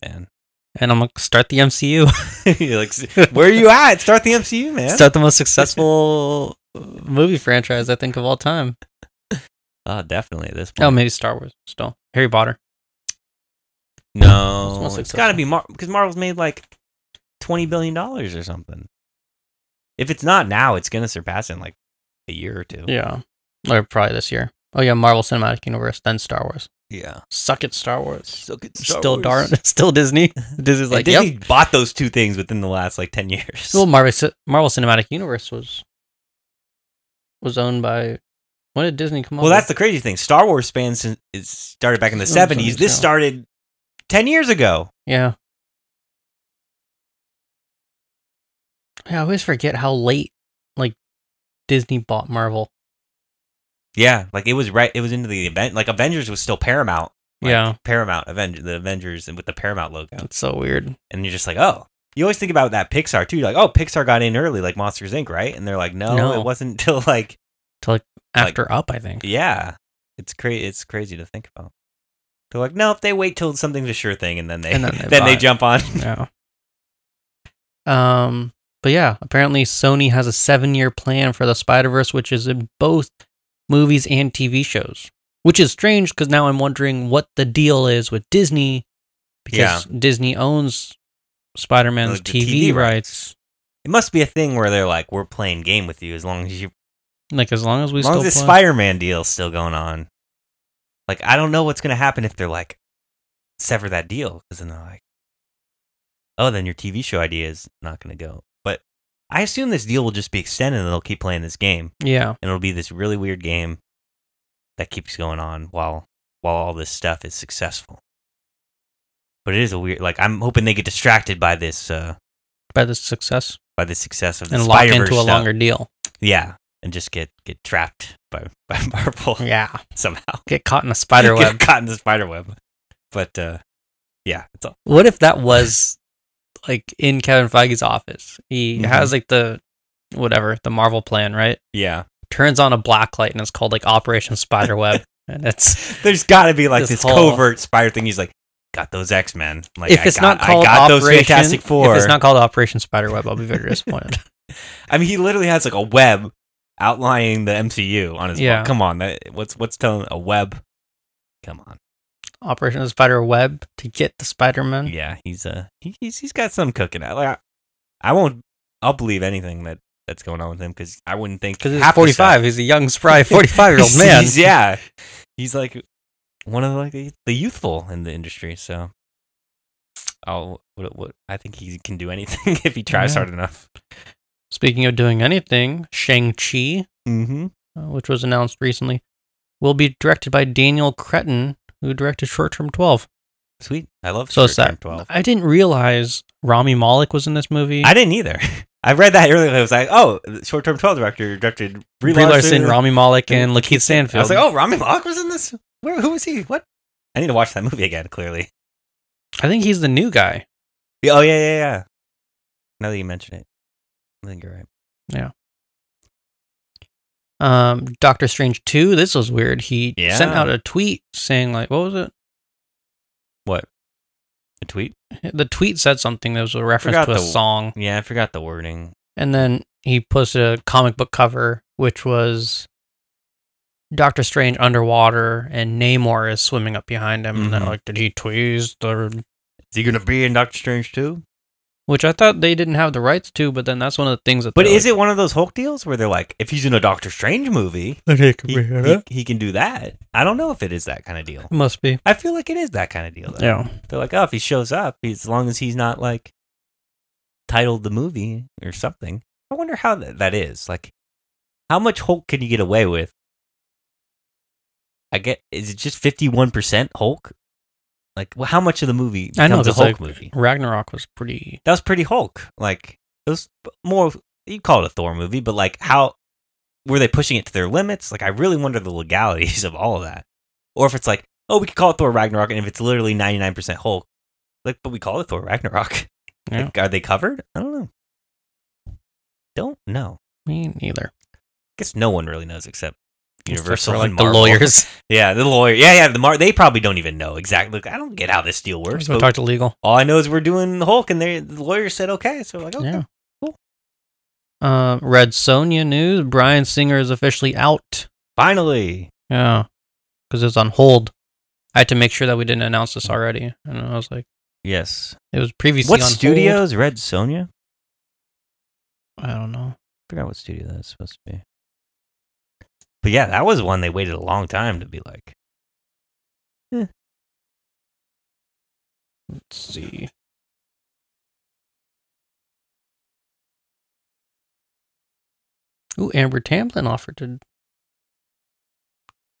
[SPEAKER 3] Man.
[SPEAKER 2] And I'm like, start the MCU.
[SPEAKER 3] You're like, where are you at? Start the MCU, man.
[SPEAKER 2] start the most successful uh, movie franchise I think of all time.
[SPEAKER 3] oh, definitely at this point.
[SPEAKER 2] Oh, maybe Star Wars still. Harry Potter. It's
[SPEAKER 3] No,
[SPEAKER 2] most
[SPEAKER 3] it's got to
[SPEAKER 2] successful.
[SPEAKER 3] be Mar because Marvel's made like twenty billion dollars or something. If it's not now, it's gonna surpass it in like a year or two.
[SPEAKER 2] Yeah. Or probably this year. Oh yeah, Marvel Cinematic Universe, then Star Wars.
[SPEAKER 3] yeah.
[SPEAKER 2] Suck it, Star Wars.
[SPEAKER 3] So it's
[SPEAKER 2] still darn still Disney. Disney's like,
[SPEAKER 3] Disney
[SPEAKER 2] yep.
[SPEAKER 3] bought those two things within the last like ten years.
[SPEAKER 2] Well, Marvel Ci- Marvel Cinematic Universe was was owned by when did Disney come up?
[SPEAKER 3] well, that's the
[SPEAKER 2] with-
[SPEAKER 3] crazy thing. Star Wars spans since it started back in the
[SPEAKER 2] It's almost
[SPEAKER 3] seventies.
[SPEAKER 2] like
[SPEAKER 3] This
[SPEAKER 2] now.
[SPEAKER 3] started ten years ago.
[SPEAKER 2] yeah. Yeah, I always forget how late like Disney bought Marvel.
[SPEAKER 3] Yeah, like it was right. It was into the event. Like Avengers was still Paramount. Like, uh,
[SPEAKER 2] Yeah.
[SPEAKER 3] Paramount Avengers, the Avengers, and with the Paramount logo.
[SPEAKER 2] That's so weird.
[SPEAKER 3] and you're just like, oh. You always think about that Pixar too. You're like, oh, Pixar got in early, like Monsters Inc., right? And they're like, no,
[SPEAKER 2] No.
[SPEAKER 3] it wasn't until like, Like-
[SPEAKER 2] After Up, I think.
[SPEAKER 3] yeah, it's cra- It's crazy to think about. They're like, no, if they wait till something's a sure thing, and then they
[SPEAKER 2] And
[SPEAKER 3] then
[SPEAKER 2] then they
[SPEAKER 3] they,
[SPEAKER 2] buy it.
[SPEAKER 3] jump on.
[SPEAKER 2] Yeah. Um, but yeah, apparently Sony has a seven-year plan for the Spider-Verse, which is in both movies and TV shows. Which is strange because now I'm wondering what the deal is with Disney because Disney owns Spider-Man's
[SPEAKER 3] Like the
[SPEAKER 2] TV,
[SPEAKER 3] TV
[SPEAKER 2] rights.
[SPEAKER 3] It must be a thing where they're like, we're playing game with you as long as you,
[SPEAKER 2] Like as long as we
[SPEAKER 3] as long
[SPEAKER 2] still
[SPEAKER 3] as this
[SPEAKER 2] play-
[SPEAKER 3] Spider-Man deal's still going on. Like, I don't know what's gonna happen if they're like, sever that deal, because then they're like, oh, then your TV show idea is not gonna go. But I assume this deal will just be extended, and they'll keep playing this game.
[SPEAKER 2] yeah,
[SPEAKER 3] and it'll be this really weird game that keeps going on while while all this stuff is successful. But it is a weird like I'm hoping they get distracted by this uh
[SPEAKER 2] by the success
[SPEAKER 3] by the success of the
[SPEAKER 2] and lock
[SPEAKER 3] Spider-Verse
[SPEAKER 2] into a
[SPEAKER 3] stuff.
[SPEAKER 2] longer deal.
[SPEAKER 3] Yeah. And just get get trapped by by Marvel
[SPEAKER 2] Yeah,
[SPEAKER 3] somehow.
[SPEAKER 2] get caught in a spider web.
[SPEAKER 3] Get caught in the spider web. But uh yeah, it's all
[SPEAKER 2] What if that was like in Kevin Feige's office? He
[SPEAKER 3] Mhm.
[SPEAKER 2] has like the whatever the Marvel plan, right?
[SPEAKER 3] yeah.
[SPEAKER 2] Turns on a black light and it's called like Operation Spiderweb, and it's
[SPEAKER 3] There's gotta be like
[SPEAKER 2] This
[SPEAKER 3] this,
[SPEAKER 2] whole-
[SPEAKER 3] covert spider thing. He's like, got those X Men. Like
[SPEAKER 2] if
[SPEAKER 3] I
[SPEAKER 2] it's
[SPEAKER 3] got,
[SPEAKER 2] not called
[SPEAKER 3] I got
[SPEAKER 2] Operation
[SPEAKER 3] those Fantastic Four.
[SPEAKER 2] if it's not called Operation Spiderweb, I'll be very disappointed.
[SPEAKER 3] I mean, he literally has like a web outlining the MCU on his.
[SPEAKER 2] Yeah.
[SPEAKER 3] Yeah. Come on, that, what's what's telling a web? Come on.
[SPEAKER 2] Operation Spiderweb to get the Spider-Man.
[SPEAKER 3] Yeah, he's uh he, he's he's got some cooking. I, like, I won't. I'll believe anything that that's going on with him because I wouldn't think
[SPEAKER 2] Because he's
[SPEAKER 3] half the stuff-
[SPEAKER 2] 45. He's a young, spry 45 year old
[SPEAKER 3] He's-
[SPEAKER 2] man.
[SPEAKER 3] he's- yeah, he's like one of like the, the youthful in the industry. So, I'll what, what I think he can do anything if he tries
[SPEAKER 2] Yeah.
[SPEAKER 3] hard enough.
[SPEAKER 2] Speaking of doing anything, Shang-Chi
[SPEAKER 3] Mm-hmm.
[SPEAKER 2] uh, which was announced recently, will be directed by Daniel Cretton, who directed Short Term 12.
[SPEAKER 3] Sweet, I love
[SPEAKER 2] So
[SPEAKER 3] Short Term
[SPEAKER 2] sad. I didn't realize Rami Malek was in this movie.
[SPEAKER 3] I didn't either. I read that earlier. I was like, oh, short term 12 director directed
[SPEAKER 2] Brie Larson, Rami Malek, and Lakeith Stanfield.
[SPEAKER 3] I was like, oh, Rami Malek was in this? Where, who was he? What? I need to watch that movie again, clearly.
[SPEAKER 2] I think he's the new guy.
[SPEAKER 3] Yeah, Oh, yeah, yeah, yeah. Now that you mention it, I think you're right.
[SPEAKER 2] Um, Doctor Strange 2, this was weird. He
[SPEAKER 3] Yeah.
[SPEAKER 2] sent out a tweet saying, like, what was
[SPEAKER 3] What? A tweet?
[SPEAKER 2] it? The tweet said something that was a reference
[SPEAKER 3] Forgot
[SPEAKER 2] to a
[SPEAKER 3] the-
[SPEAKER 2] song.
[SPEAKER 3] Yeah, I forgot the wording.
[SPEAKER 2] And then he posted a comic book cover, which was Doctor Strange underwater and Namor is swimming up behind him. And they're
[SPEAKER 3] Mhm.
[SPEAKER 2] like, did he tweeze the
[SPEAKER 3] Is he going to be in Doctor Strange too?
[SPEAKER 2] which I thought they didn't have the rights to, but then that's one of the things that.
[SPEAKER 3] But is it one of those Hulk deals where they're like, if he's in a Doctor Strange movie,
[SPEAKER 2] it?
[SPEAKER 3] he, he, he can do that? I don't know if it is that kind of deal.
[SPEAKER 2] Must be.
[SPEAKER 3] I feel like it is that kind of deal, though.
[SPEAKER 2] Yeah.
[SPEAKER 3] They're like, oh, if he shows up, as long as he's not like titled the movie or something. I wonder how that, that is. Like, how much Hulk can you get away with? I get. Is it just fifty one percent Hulk? Like, well, how much of the movie
[SPEAKER 2] I know
[SPEAKER 3] becomes a
[SPEAKER 2] that's like
[SPEAKER 3] Hulk movie?
[SPEAKER 2] Ragnarok was pretty.
[SPEAKER 3] That was pretty Hulk. Like, it was more. You call it a Thor movie, but like, how were they pushing it to their limits? Like, I really wonder the legalities of all of that, or if it's like oh, we could call it Thor Ragnarok, and if it's literally ninety nine percent Hulk, like, but we call it Thor Ragnarok.
[SPEAKER 2] Yeah.
[SPEAKER 3] Like, are they covered? I don't know. Don't know.
[SPEAKER 2] Me neither.
[SPEAKER 3] guess no one really knows except
[SPEAKER 2] It's just
[SPEAKER 3] Universal
[SPEAKER 2] for,
[SPEAKER 3] and
[SPEAKER 2] like the
[SPEAKER 3] Marvel.
[SPEAKER 2] lawyers.
[SPEAKER 3] Yeah, the lawyer. Yeah, yeah. The mar- they probably don't even know exactly. Look, I don't get how this deal
[SPEAKER 2] We're
[SPEAKER 3] works.
[SPEAKER 2] going to
[SPEAKER 3] but
[SPEAKER 2] talk to legal.
[SPEAKER 3] all I know is we're doing the Hulk, and they, the lawyer said okay. So like, okay,
[SPEAKER 2] Yeah.
[SPEAKER 3] cool.
[SPEAKER 2] Uh, Red Sonia news. Brian Singer is officially out.
[SPEAKER 3] finally.
[SPEAKER 2] Yeah. Because it was on hold. I had to make sure that we didn't announce this already. And I was like,
[SPEAKER 3] Yes.
[SPEAKER 2] it was previously
[SPEAKER 3] What
[SPEAKER 2] on
[SPEAKER 3] studios? Red Sonia.
[SPEAKER 2] hold. I don't know.
[SPEAKER 3] forgot what studio that's supposed to be. But yeah, that was one they waited a long time to be like.
[SPEAKER 2] Let's see. Ooh, Amber Tamblyn offered to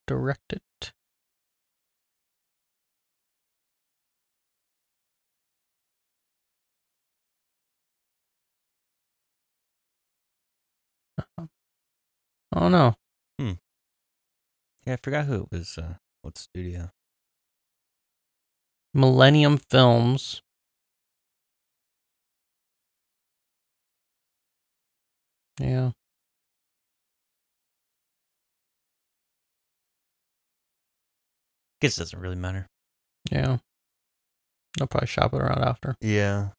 [SPEAKER 2] direct it. Uh-huh. Oh no.
[SPEAKER 3] Yeah, I forgot who it was. Uh, what studio?
[SPEAKER 2] Millennium Films. Yeah.
[SPEAKER 3] Guess it doesn't really matter.
[SPEAKER 2] Yeah. They'll probably shop it around after.
[SPEAKER 3] Yeah.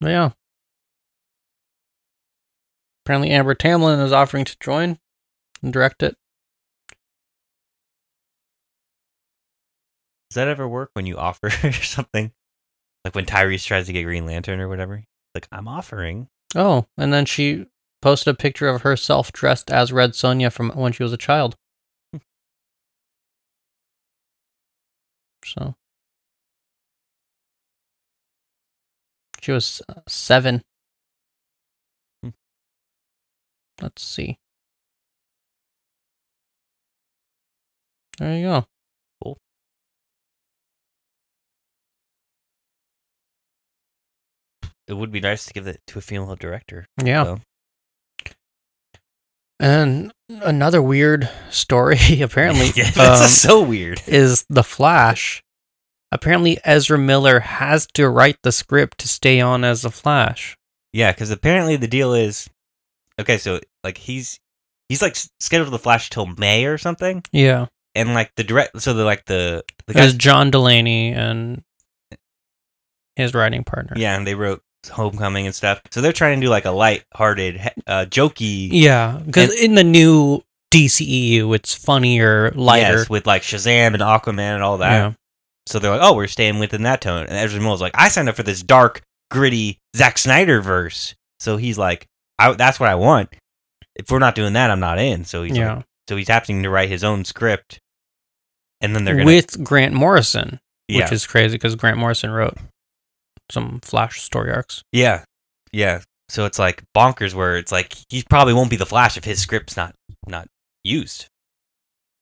[SPEAKER 2] But yeah. Apparently Amber Tamlin is offering to join and direct it.
[SPEAKER 3] Does that ever work when you offer something? Like when Tyrese tries to get Green Lantern or whatever? Like, I'm offering.
[SPEAKER 2] Oh, and then she posted a picture of herself dressed as Red Sonia from when she was a child. So she was uh, seven.
[SPEAKER 3] Hmm.
[SPEAKER 2] Let's see. There you go.
[SPEAKER 3] Cool. It would be nice to give it to a female director.
[SPEAKER 2] Yeah.
[SPEAKER 3] So-
[SPEAKER 2] And another weird story, apparently.
[SPEAKER 3] yeah, that's
[SPEAKER 2] um,
[SPEAKER 3] so weird.
[SPEAKER 2] is The Flash. Apparently, Ezra Miller has to write the script to stay on as The Flash.
[SPEAKER 3] Yeah, because apparently the deal is okay. So like he's he's like s- scheduled the Flash till May or something,
[SPEAKER 2] Yeah.
[SPEAKER 3] and like the direct. So the like the the
[SPEAKER 2] It was
[SPEAKER 3] guys.
[SPEAKER 2] John Delaney and his writing partner.
[SPEAKER 3] Yeah, and they wrote Homecoming and stuff. So they're trying to do like a light-hearted, he- uh, jokey,
[SPEAKER 2] Yeah. Because
[SPEAKER 3] And-
[SPEAKER 2] in the new DCEU, it's funnier, lighter.
[SPEAKER 3] yes, with like Shazam and Aquaman and all that.
[SPEAKER 2] Yeah.
[SPEAKER 3] So they're like, oh, we're staying within that tone. And Ezra Miller's like, I signed up for this dark, gritty Zack Snyder verse. So he's like, I, that's what I want. If we're not doing that, I'm not in. So he's
[SPEAKER 2] yeah.
[SPEAKER 3] like, so he's having to write his own script, and then they're gonna
[SPEAKER 2] With Grant Morrison,
[SPEAKER 3] yeah
[SPEAKER 2] which is crazy because Grant Morrison wrote some Flash story arcs.
[SPEAKER 3] yeah yeah. So it's like bonkers where it's like he probably won't be the Flash if his script's not not used,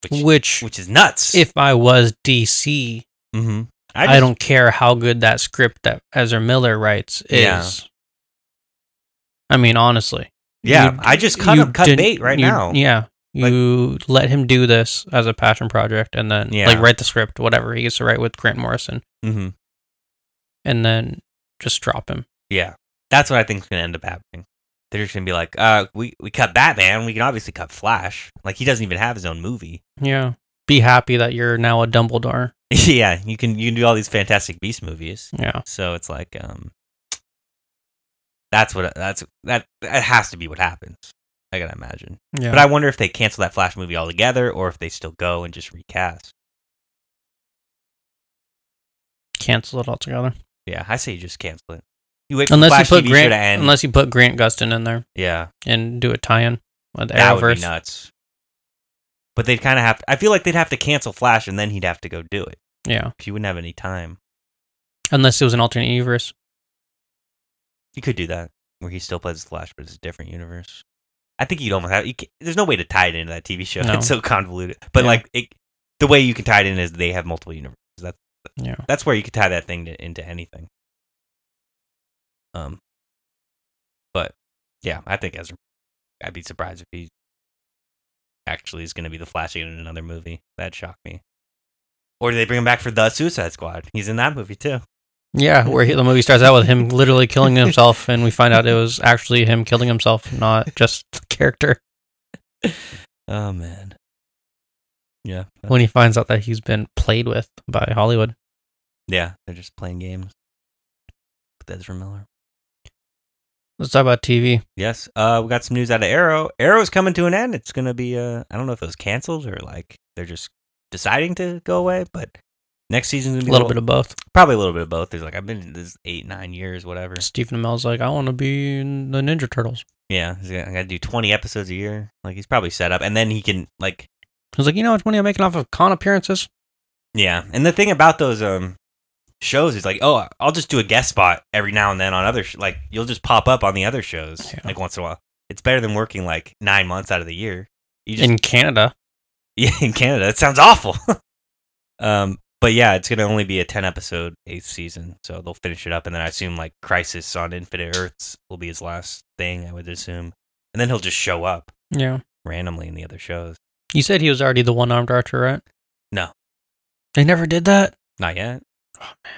[SPEAKER 3] which
[SPEAKER 2] Which,
[SPEAKER 3] which is nuts.
[SPEAKER 2] if I was DC,
[SPEAKER 3] hmm
[SPEAKER 2] I,
[SPEAKER 3] I, just-
[SPEAKER 2] don't care how good that script that Ezra Miller writes is.
[SPEAKER 3] Yeah.
[SPEAKER 2] I mean, honestly.
[SPEAKER 3] yeah
[SPEAKER 2] You-
[SPEAKER 3] I just cut
[SPEAKER 2] you
[SPEAKER 3] him cut
[SPEAKER 2] didn't-
[SPEAKER 3] bait right
[SPEAKER 2] you-
[SPEAKER 3] now.
[SPEAKER 2] Yeah.
[SPEAKER 3] Like-
[SPEAKER 2] You let him do this as a passion project and then
[SPEAKER 3] Yeah.
[SPEAKER 2] like write the script, whatever he used to write with Grant Morrison,
[SPEAKER 3] hmm
[SPEAKER 2] and then just drop him.
[SPEAKER 3] Yeah. That's what I think's gonna end up happening. They're just gonna be like, uh, we, we cut Batman, we can obviously cut Flash. Like he doesn't even have his own movie.
[SPEAKER 2] Yeah. Be happy that you're now a Dumbledore.
[SPEAKER 3] yeah, you can you can do all these Fantastic Beast movies.
[SPEAKER 2] Yeah.
[SPEAKER 3] So it's like, um That's what that's that that has to be what happens. I gotta imagine.
[SPEAKER 2] Yeah.
[SPEAKER 3] But I wonder if they cancel that Flash movie altogether or if they still go and just recast.
[SPEAKER 2] cancel it altogether.
[SPEAKER 3] Yeah, I say you just cancel it. You wait for the
[SPEAKER 2] Unless you
[SPEAKER 3] Flash
[SPEAKER 2] put
[SPEAKER 3] TV show
[SPEAKER 2] Grant
[SPEAKER 3] to end.
[SPEAKER 2] unless you put Grant Gustin in there
[SPEAKER 3] yeah.
[SPEAKER 2] and do a tie in with
[SPEAKER 3] That would
[SPEAKER 2] Arrowverse.
[SPEAKER 3] be nuts. But they'd kind of have. I feel like they'd have to cancel Flash, and then he'd have to go do it.
[SPEAKER 2] Yeah.
[SPEAKER 3] He wouldn't have any time.
[SPEAKER 2] Unless it was an alternate universe.
[SPEAKER 3] He could do that, where he still plays Flash, but it's a different universe. I think you'd almost have. You can there's no way to tie it into that TV show.
[SPEAKER 2] No.
[SPEAKER 3] It's so convoluted. But
[SPEAKER 2] Yeah.
[SPEAKER 3] like, it, the way you can tie it in is they have multiple universes. That's
[SPEAKER 2] Yeah.
[SPEAKER 3] that's where you could tie that thing to, into anything. Um. But yeah, I think Ezra. I'd be surprised if he actually is going to be the Flash again in another movie. That shocked me. Or do they bring him back for the Suicide Squad? He's in that movie too.
[SPEAKER 2] Yeah, where he, the movie starts out with him literally killing himself, and we find out it was actually him killing himself, not just the character.
[SPEAKER 3] Oh man. Yeah. that-
[SPEAKER 2] When he finds out that he's been played with by Hollywood,
[SPEAKER 3] yeah, they're just playing games with Ezra Miller.
[SPEAKER 2] let's talk about TV.
[SPEAKER 3] Yes. Uh, we got some news out of Arrow. Arrow's coming to an end. It's gonna be. Uh, I don't know if it was canceled or like they're just deciding to go away, but next season's gonna
[SPEAKER 2] A
[SPEAKER 3] be
[SPEAKER 2] little bit of both.
[SPEAKER 3] probably a little bit of both. There's like I've been in this eight nine years, whatever.
[SPEAKER 2] Stephen Amell's like, I want to be in the Ninja Turtles.
[SPEAKER 3] Yeah, he's gonna, I gotta do 20 episodes a year. Like he's probably set up, and then he can like
[SPEAKER 2] He's like, you know how much money I'm making off of con appearances?
[SPEAKER 3] yeah. And the thing about those um shows is like, oh, I'll just do a guest spot every now and then on other sh- like you'll just pop up on the other shows
[SPEAKER 2] Yeah.
[SPEAKER 3] like once in a while. It's better than working like nine months out of the year. You just
[SPEAKER 2] In Canada,
[SPEAKER 3] yeah in Canada. That sounds awful. um, but yeah, it's gonna only be a 10 episode eighth season, so they'll finish it up, and then I assume like Crisis on Infinite Earths will be his last thing. I would assume, and then he'll just show up
[SPEAKER 2] yeah.
[SPEAKER 3] randomly in the other shows.
[SPEAKER 2] You said he was already the one armed archer, right?
[SPEAKER 3] No.
[SPEAKER 2] They never did that?
[SPEAKER 3] Not yet.
[SPEAKER 2] Oh, man.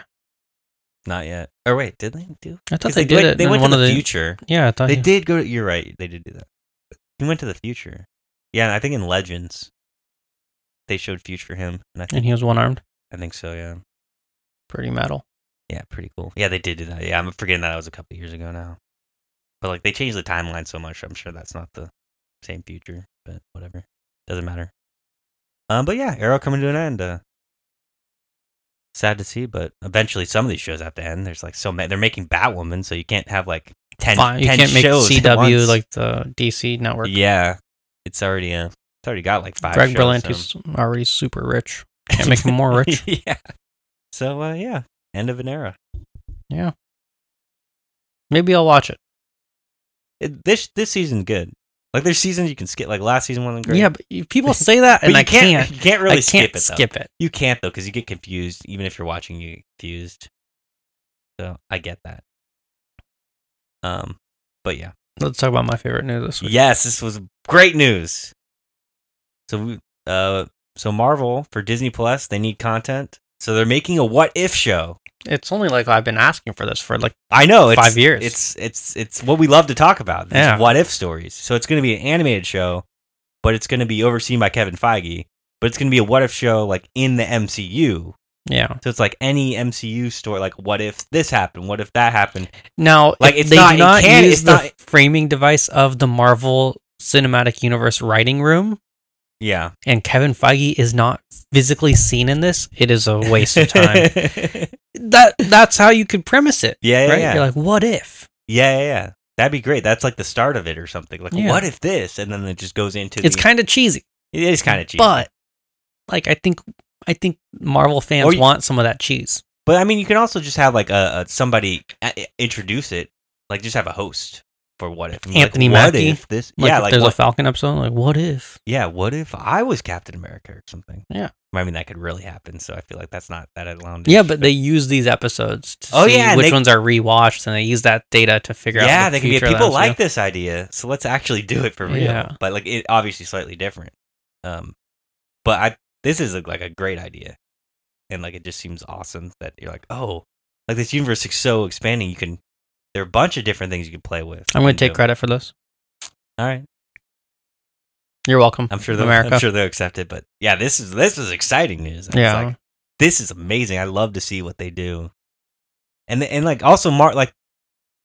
[SPEAKER 3] Not yet. Or wait, did they do?
[SPEAKER 2] I thought
[SPEAKER 3] 'Cause
[SPEAKER 2] they, did
[SPEAKER 3] went-
[SPEAKER 2] it.
[SPEAKER 3] They
[SPEAKER 2] in
[SPEAKER 3] went
[SPEAKER 2] one
[SPEAKER 3] to
[SPEAKER 2] of
[SPEAKER 3] the
[SPEAKER 2] the, Oh,
[SPEAKER 3] future.
[SPEAKER 2] Yeah, I thought
[SPEAKER 3] They
[SPEAKER 2] he-
[SPEAKER 3] did go. To, you're right. They did do that. He went to the future. Yeah, and I think in Legends, they showed future him, and I think
[SPEAKER 2] And he was one armed.
[SPEAKER 3] I think so. Yeah.
[SPEAKER 2] Pretty metal.
[SPEAKER 3] Yeah, pretty cool. Yeah, they did do that. Yeah, I'm forgetting that, was a couple years ago now. But like they changed the timeline so much, I'm sure that's not the same future. But whatever, doesn't matter. Um, but yeah, Arrow coming to an end. Uh, sad to see, but eventually some of these shows have to end. There's like so many. They're making Batwoman, so you can't have like 10,
[SPEAKER 2] Fine. You
[SPEAKER 3] 10
[SPEAKER 2] can't make
[SPEAKER 3] shows at
[SPEAKER 2] CW
[SPEAKER 3] once.
[SPEAKER 2] like the DC network.
[SPEAKER 3] yeah, it's already uh, it's already got like five.
[SPEAKER 2] Greg
[SPEAKER 3] shows,
[SPEAKER 2] Berlanti
[SPEAKER 3] so-
[SPEAKER 2] is already super rich. Can't make him more rich.
[SPEAKER 3] yeah. So uh, yeah, end of an era.
[SPEAKER 2] Maybe I'll watch it.
[SPEAKER 3] It, this this season's good. Like there's seasons you can skip. Like last season wasn't great.
[SPEAKER 2] Yeah, but you- people say that,
[SPEAKER 3] But
[SPEAKER 2] and
[SPEAKER 3] you
[SPEAKER 2] I can't.
[SPEAKER 3] You can't really
[SPEAKER 2] I can't
[SPEAKER 3] skip it. Though.
[SPEAKER 2] skip it.
[SPEAKER 3] You can't though because you get confused. Even if you're watching, you get confused. So I get that. Um, but yeah,
[SPEAKER 2] Let's talk about my favorite news this week.
[SPEAKER 3] yes, this was great news. So we, uh, so Marvel for Disney Plus, they need content, so they're making a what if show.
[SPEAKER 2] It's only like I've been asking for this for like
[SPEAKER 3] I know it's,
[SPEAKER 2] Five years.
[SPEAKER 3] It's it's it's what we love to talk about. These
[SPEAKER 2] Yeah.
[SPEAKER 3] what if stories. So it's going to be an animated show, but it's going to be overseen by Kevin Feige. But it's going to be a what if show like in the MCU.
[SPEAKER 2] yeah.
[SPEAKER 3] So it's like any MCU story. Like what if this happened? What if that happened?
[SPEAKER 2] Now
[SPEAKER 3] Like,
[SPEAKER 2] if
[SPEAKER 3] it's
[SPEAKER 2] they
[SPEAKER 3] not-
[SPEAKER 2] do
[SPEAKER 3] it
[SPEAKER 2] not
[SPEAKER 3] can't-
[SPEAKER 2] use
[SPEAKER 3] it's
[SPEAKER 2] the
[SPEAKER 3] not-
[SPEAKER 2] framing device of the Marvel Cinematic Universe writing room,
[SPEAKER 3] Yeah,
[SPEAKER 2] and Kevin Feige is not physically seen in this. It is a waste of time.
[SPEAKER 3] yeah,
[SPEAKER 2] that that's how you could premise it,
[SPEAKER 3] yeah,
[SPEAKER 2] right?
[SPEAKER 3] yeah.
[SPEAKER 2] You're like, what if?
[SPEAKER 3] yeah, yeah, yeah. That'd be great. That's like the start of it or something. Like
[SPEAKER 2] Yeah.
[SPEAKER 3] what if this? And then it just goes into
[SPEAKER 2] It's
[SPEAKER 3] the,
[SPEAKER 2] kind of cheesy.
[SPEAKER 3] it is kind of cheap.
[SPEAKER 2] But like I think I think Marvel fans
[SPEAKER 3] Or you-
[SPEAKER 2] want some of that cheese.
[SPEAKER 3] But I mean, you can also just have like a, a somebody uh, introduce it, like just have a host for what if And be like,
[SPEAKER 2] Anthony
[SPEAKER 3] what
[SPEAKER 2] Mackie?
[SPEAKER 3] if this,
[SPEAKER 2] Like
[SPEAKER 3] yeah,
[SPEAKER 2] if
[SPEAKER 3] like
[SPEAKER 2] there's
[SPEAKER 3] what,
[SPEAKER 2] a Falcon episode, like what if?
[SPEAKER 3] yeah, what if I was Captain America or something?
[SPEAKER 2] Yeah.
[SPEAKER 3] I mean that could really happen. So I feel like that's not that outlandish.
[SPEAKER 2] Yeah, but they use these episodes to
[SPEAKER 3] Oh,
[SPEAKER 2] see
[SPEAKER 3] yeah, and
[SPEAKER 2] which
[SPEAKER 3] they-
[SPEAKER 2] ones are rewatched and they use that data to figure out
[SPEAKER 3] yeah,
[SPEAKER 2] the
[SPEAKER 3] they can be
[SPEAKER 2] future of the
[SPEAKER 3] people
[SPEAKER 2] MCU.
[SPEAKER 3] like this idea, so let's actually do it for real.
[SPEAKER 2] Yeah.
[SPEAKER 3] But like it obviously slightly different. Um, but I this is like a great idea, and like it just seems awesome that you're like, oh, like this universe is so expanding. You can there are a bunch of different things you can play with.
[SPEAKER 2] I'm going
[SPEAKER 3] and
[SPEAKER 2] to take
[SPEAKER 3] do.
[SPEAKER 2] credit for this.
[SPEAKER 3] All right.
[SPEAKER 2] You're welcome.
[SPEAKER 3] I'm sure they'll
[SPEAKER 2] America.
[SPEAKER 3] I'm sure they'll accept it. But yeah, this is this is exciting news. I was
[SPEAKER 2] yeah.
[SPEAKER 3] like, this is amazing. I love to see what they do. And and like also Mar like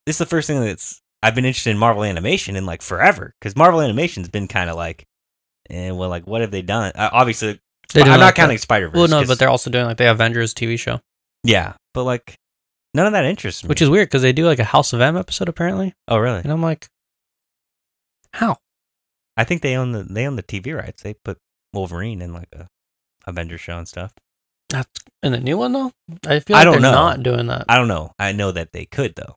[SPEAKER 3] this is the first thing that's I've been interested in Marvel animation in like forever because Marvel animation's been kind of like, and well, like what have they done? Uh, obviously,
[SPEAKER 2] They
[SPEAKER 3] I'm
[SPEAKER 2] do
[SPEAKER 3] not
[SPEAKER 2] like that.
[SPEAKER 3] counting Spider Verse.
[SPEAKER 2] Well, no, but they're also doing like the Avengers TV show,
[SPEAKER 3] yeah, but like none of that interests me.
[SPEAKER 2] which is weird because they do like a House of M episode apparently,
[SPEAKER 3] oh really?
[SPEAKER 2] and I'm like, how?
[SPEAKER 3] I think they own the they own the TV rights. They put Wolverine in like a Avengers show and stuff.
[SPEAKER 2] That's in the new one though. I feel like
[SPEAKER 3] I don't
[SPEAKER 2] they're
[SPEAKER 3] know.
[SPEAKER 2] not doing that.
[SPEAKER 3] I don't know. I know that they could though.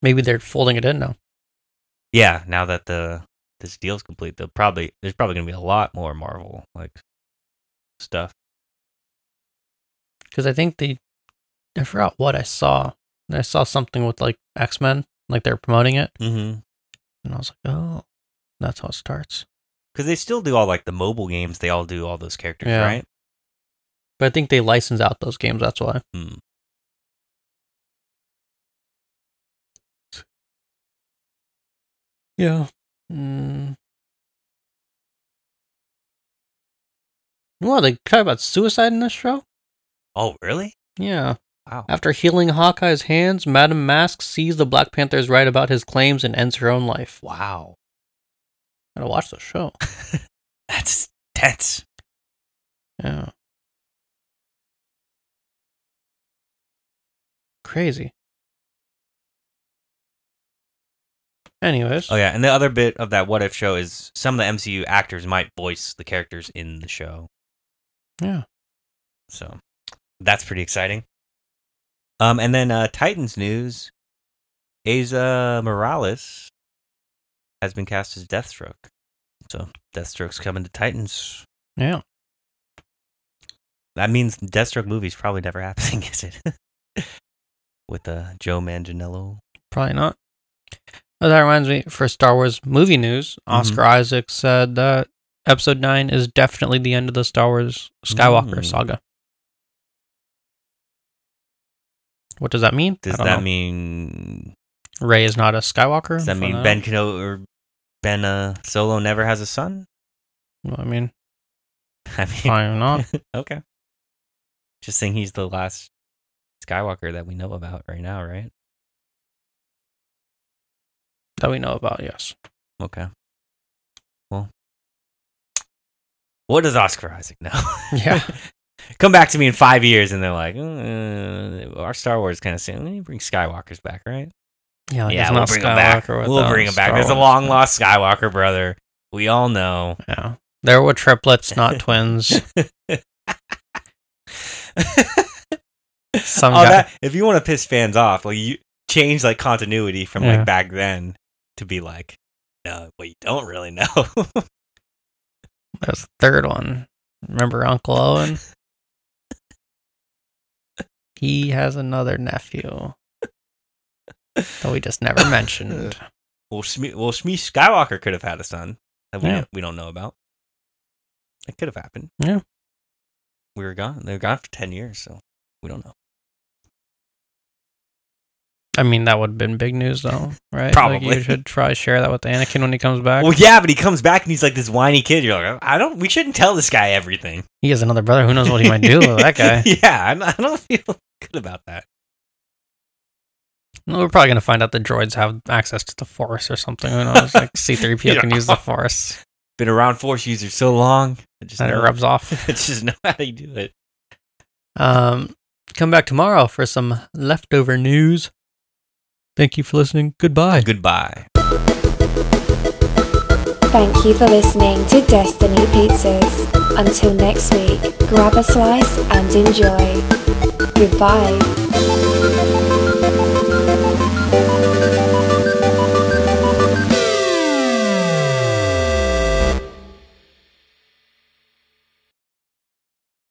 [SPEAKER 2] Maybe they're folding it in now.
[SPEAKER 3] yeah, now that the this deal's complete, they'll probably there's probably gonna be a lot more Marvel like stuff.
[SPEAKER 2] because I think they, I forgot what I saw. And I saw something with like X Men, like they're promoting it,
[SPEAKER 3] Mm-hmm.
[SPEAKER 2] and I was like, oh, that's how it starts.
[SPEAKER 3] because they still do all like the mobile games. They all do all those characters,
[SPEAKER 2] Yeah.
[SPEAKER 3] right?
[SPEAKER 2] But I think they license out those games. That's why.
[SPEAKER 3] Hmm.
[SPEAKER 2] Yeah. Mm. Well, they talk about suicide in this show.
[SPEAKER 3] Oh, really?
[SPEAKER 2] Yeah.
[SPEAKER 3] Wow.
[SPEAKER 2] After healing Hawkeye's hands, Madam Mask sees the Black Panther is right about his claims and ends her own life.
[SPEAKER 3] Wow.
[SPEAKER 2] Gotta watch the show.
[SPEAKER 3] That's tense.
[SPEAKER 2] Yeah. Crazy. Anyways,
[SPEAKER 3] Oh yeah, and the other bit of that what if show is some of the MCU actors might voice the characters in the show.
[SPEAKER 2] Yeah.
[SPEAKER 3] So that's pretty exciting. Um and then uh Titans news. Aza Morales has been cast as Deathstroke. So Deathstroke's coming to Titans.
[SPEAKER 2] yeah.
[SPEAKER 3] That means Deathstroke movie's probably never happening, is it? With uh Joe Manganiello.
[SPEAKER 2] Probably not. Oh, that reminds me, for Star Wars movie news,
[SPEAKER 3] Mm-hmm.
[SPEAKER 2] Oscar Isaac said that Episode 9 is definitely the end of the Star Wars Skywalker
[SPEAKER 3] Mm.
[SPEAKER 2] saga. What does that mean? I
[SPEAKER 3] Does
[SPEAKER 2] don't
[SPEAKER 3] that
[SPEAKER 2] know.
[SPEAKER 3] mean
[SPEAKER 2] Ray is not a Skywalker?
[SPEAKER 3] Does that
[SPEAKER 2] I
[SPEAKER 3] mean
[SPEAKER 2] don't
[SPEAKER 3] Ben Kenobi or Ben uh, Solo never has a son?
[SPEAKER 2] know. I mean,
[SPEAKER 3] I mean,
[SPEAKER 2] probably not.
[SPEAKER 3] okay. Just saying he's the last Skywalker that we know about right now, right?
[SPEAKER 2] that we know about, yes.
[SPEAKER 3] Okay. Well, what does Oscar Isaac know?
[SPEAKER 2] Yeah.
[SPEAKER 3] Come back to me in five years, and they're like, uh, our Star Wars kind of saying, let me bring Skywalker's back, right?
[SPEAKER 2] Yeah, like,
[SPEAKER 3] yeah,
[SPEAKER 2] it's
[SPEAKER 3] we'll
[SPEAKER 2] not
[SPEAKER 3] bring him back.
[SPEAKER 2] Uh, Skywalker
[SPEAKER 3] We'll
[SPEAKER 2] without
[SPEAKER 3] bring him back.
[SPEAKER 2] Star
[SPEAKER 3] There's a
[SPEAKER 2] Wars.
[SPEAKER 3] long lost Skywalker brother. We all know.
[SPEAKER 2] Yeah. There were triplets, not twins. Some
[SPEAKER 3] oh,
[SPEAKER 2] guy.
[SPEAKER 3] that, if you want to piss fans off, like you change like continuity from
[SPEAKER 2] Yeah.
[SPEAKER 3] like back then to be like, no, well, you don't really know.
[SPEAKER 2] That's the third one. Remember Uncle Owen? he has another nephew that we just never mentioned.
[SPEAKER 3] well, Shmi- well, Shmi Skywalker could have had a son that we,
[SPEAKER 2] Yeah.
[SPEAKER 3] don't, we don't know about. It could have happened.
[SPEAKER 2] Yeah.
[SPEAKER 3] we were gone. They were gone for ten years, so we don't know.
[SPEAKER 2] I mean, that would have been big news, though, right? Like,
[SPEAKER 3] Probably.
[SPEAKER 2] you should try share that with Anakin when he comes back.
[SPEAKER 3] Well, yeah, but he comes back and he's like this whiny kid. You're like, I don't. We shouldn't tell this guy everything.
[SPEAKER 2] He has another brother. Who knows what he might do with that guy?
[SPEAKER 3] yeah, I'm, I don't feel good about that.
[SPEAKER 2] No, We're probably going to find out the droids have access to the Force or something. Who knows? Like, C3PO can use the Force.
[SPEAKER 3] Been around Force users so long, I just
[SPEAKER 2] And it
[SPEAKER 3] know-
[SPEAKER 2] rubs off.
[SPEAKER 3] I just know how to do it.
[SPEAKER 2] Um, come back tomorrow for some leftover news. Thank you for listening. Goodbye.
[SPEAKER 3] Goodbye.
[SPEAKER 1] Thank you for listening to Destiny Pizzas. Until next week, grab a slice and enjoy. Goodbye.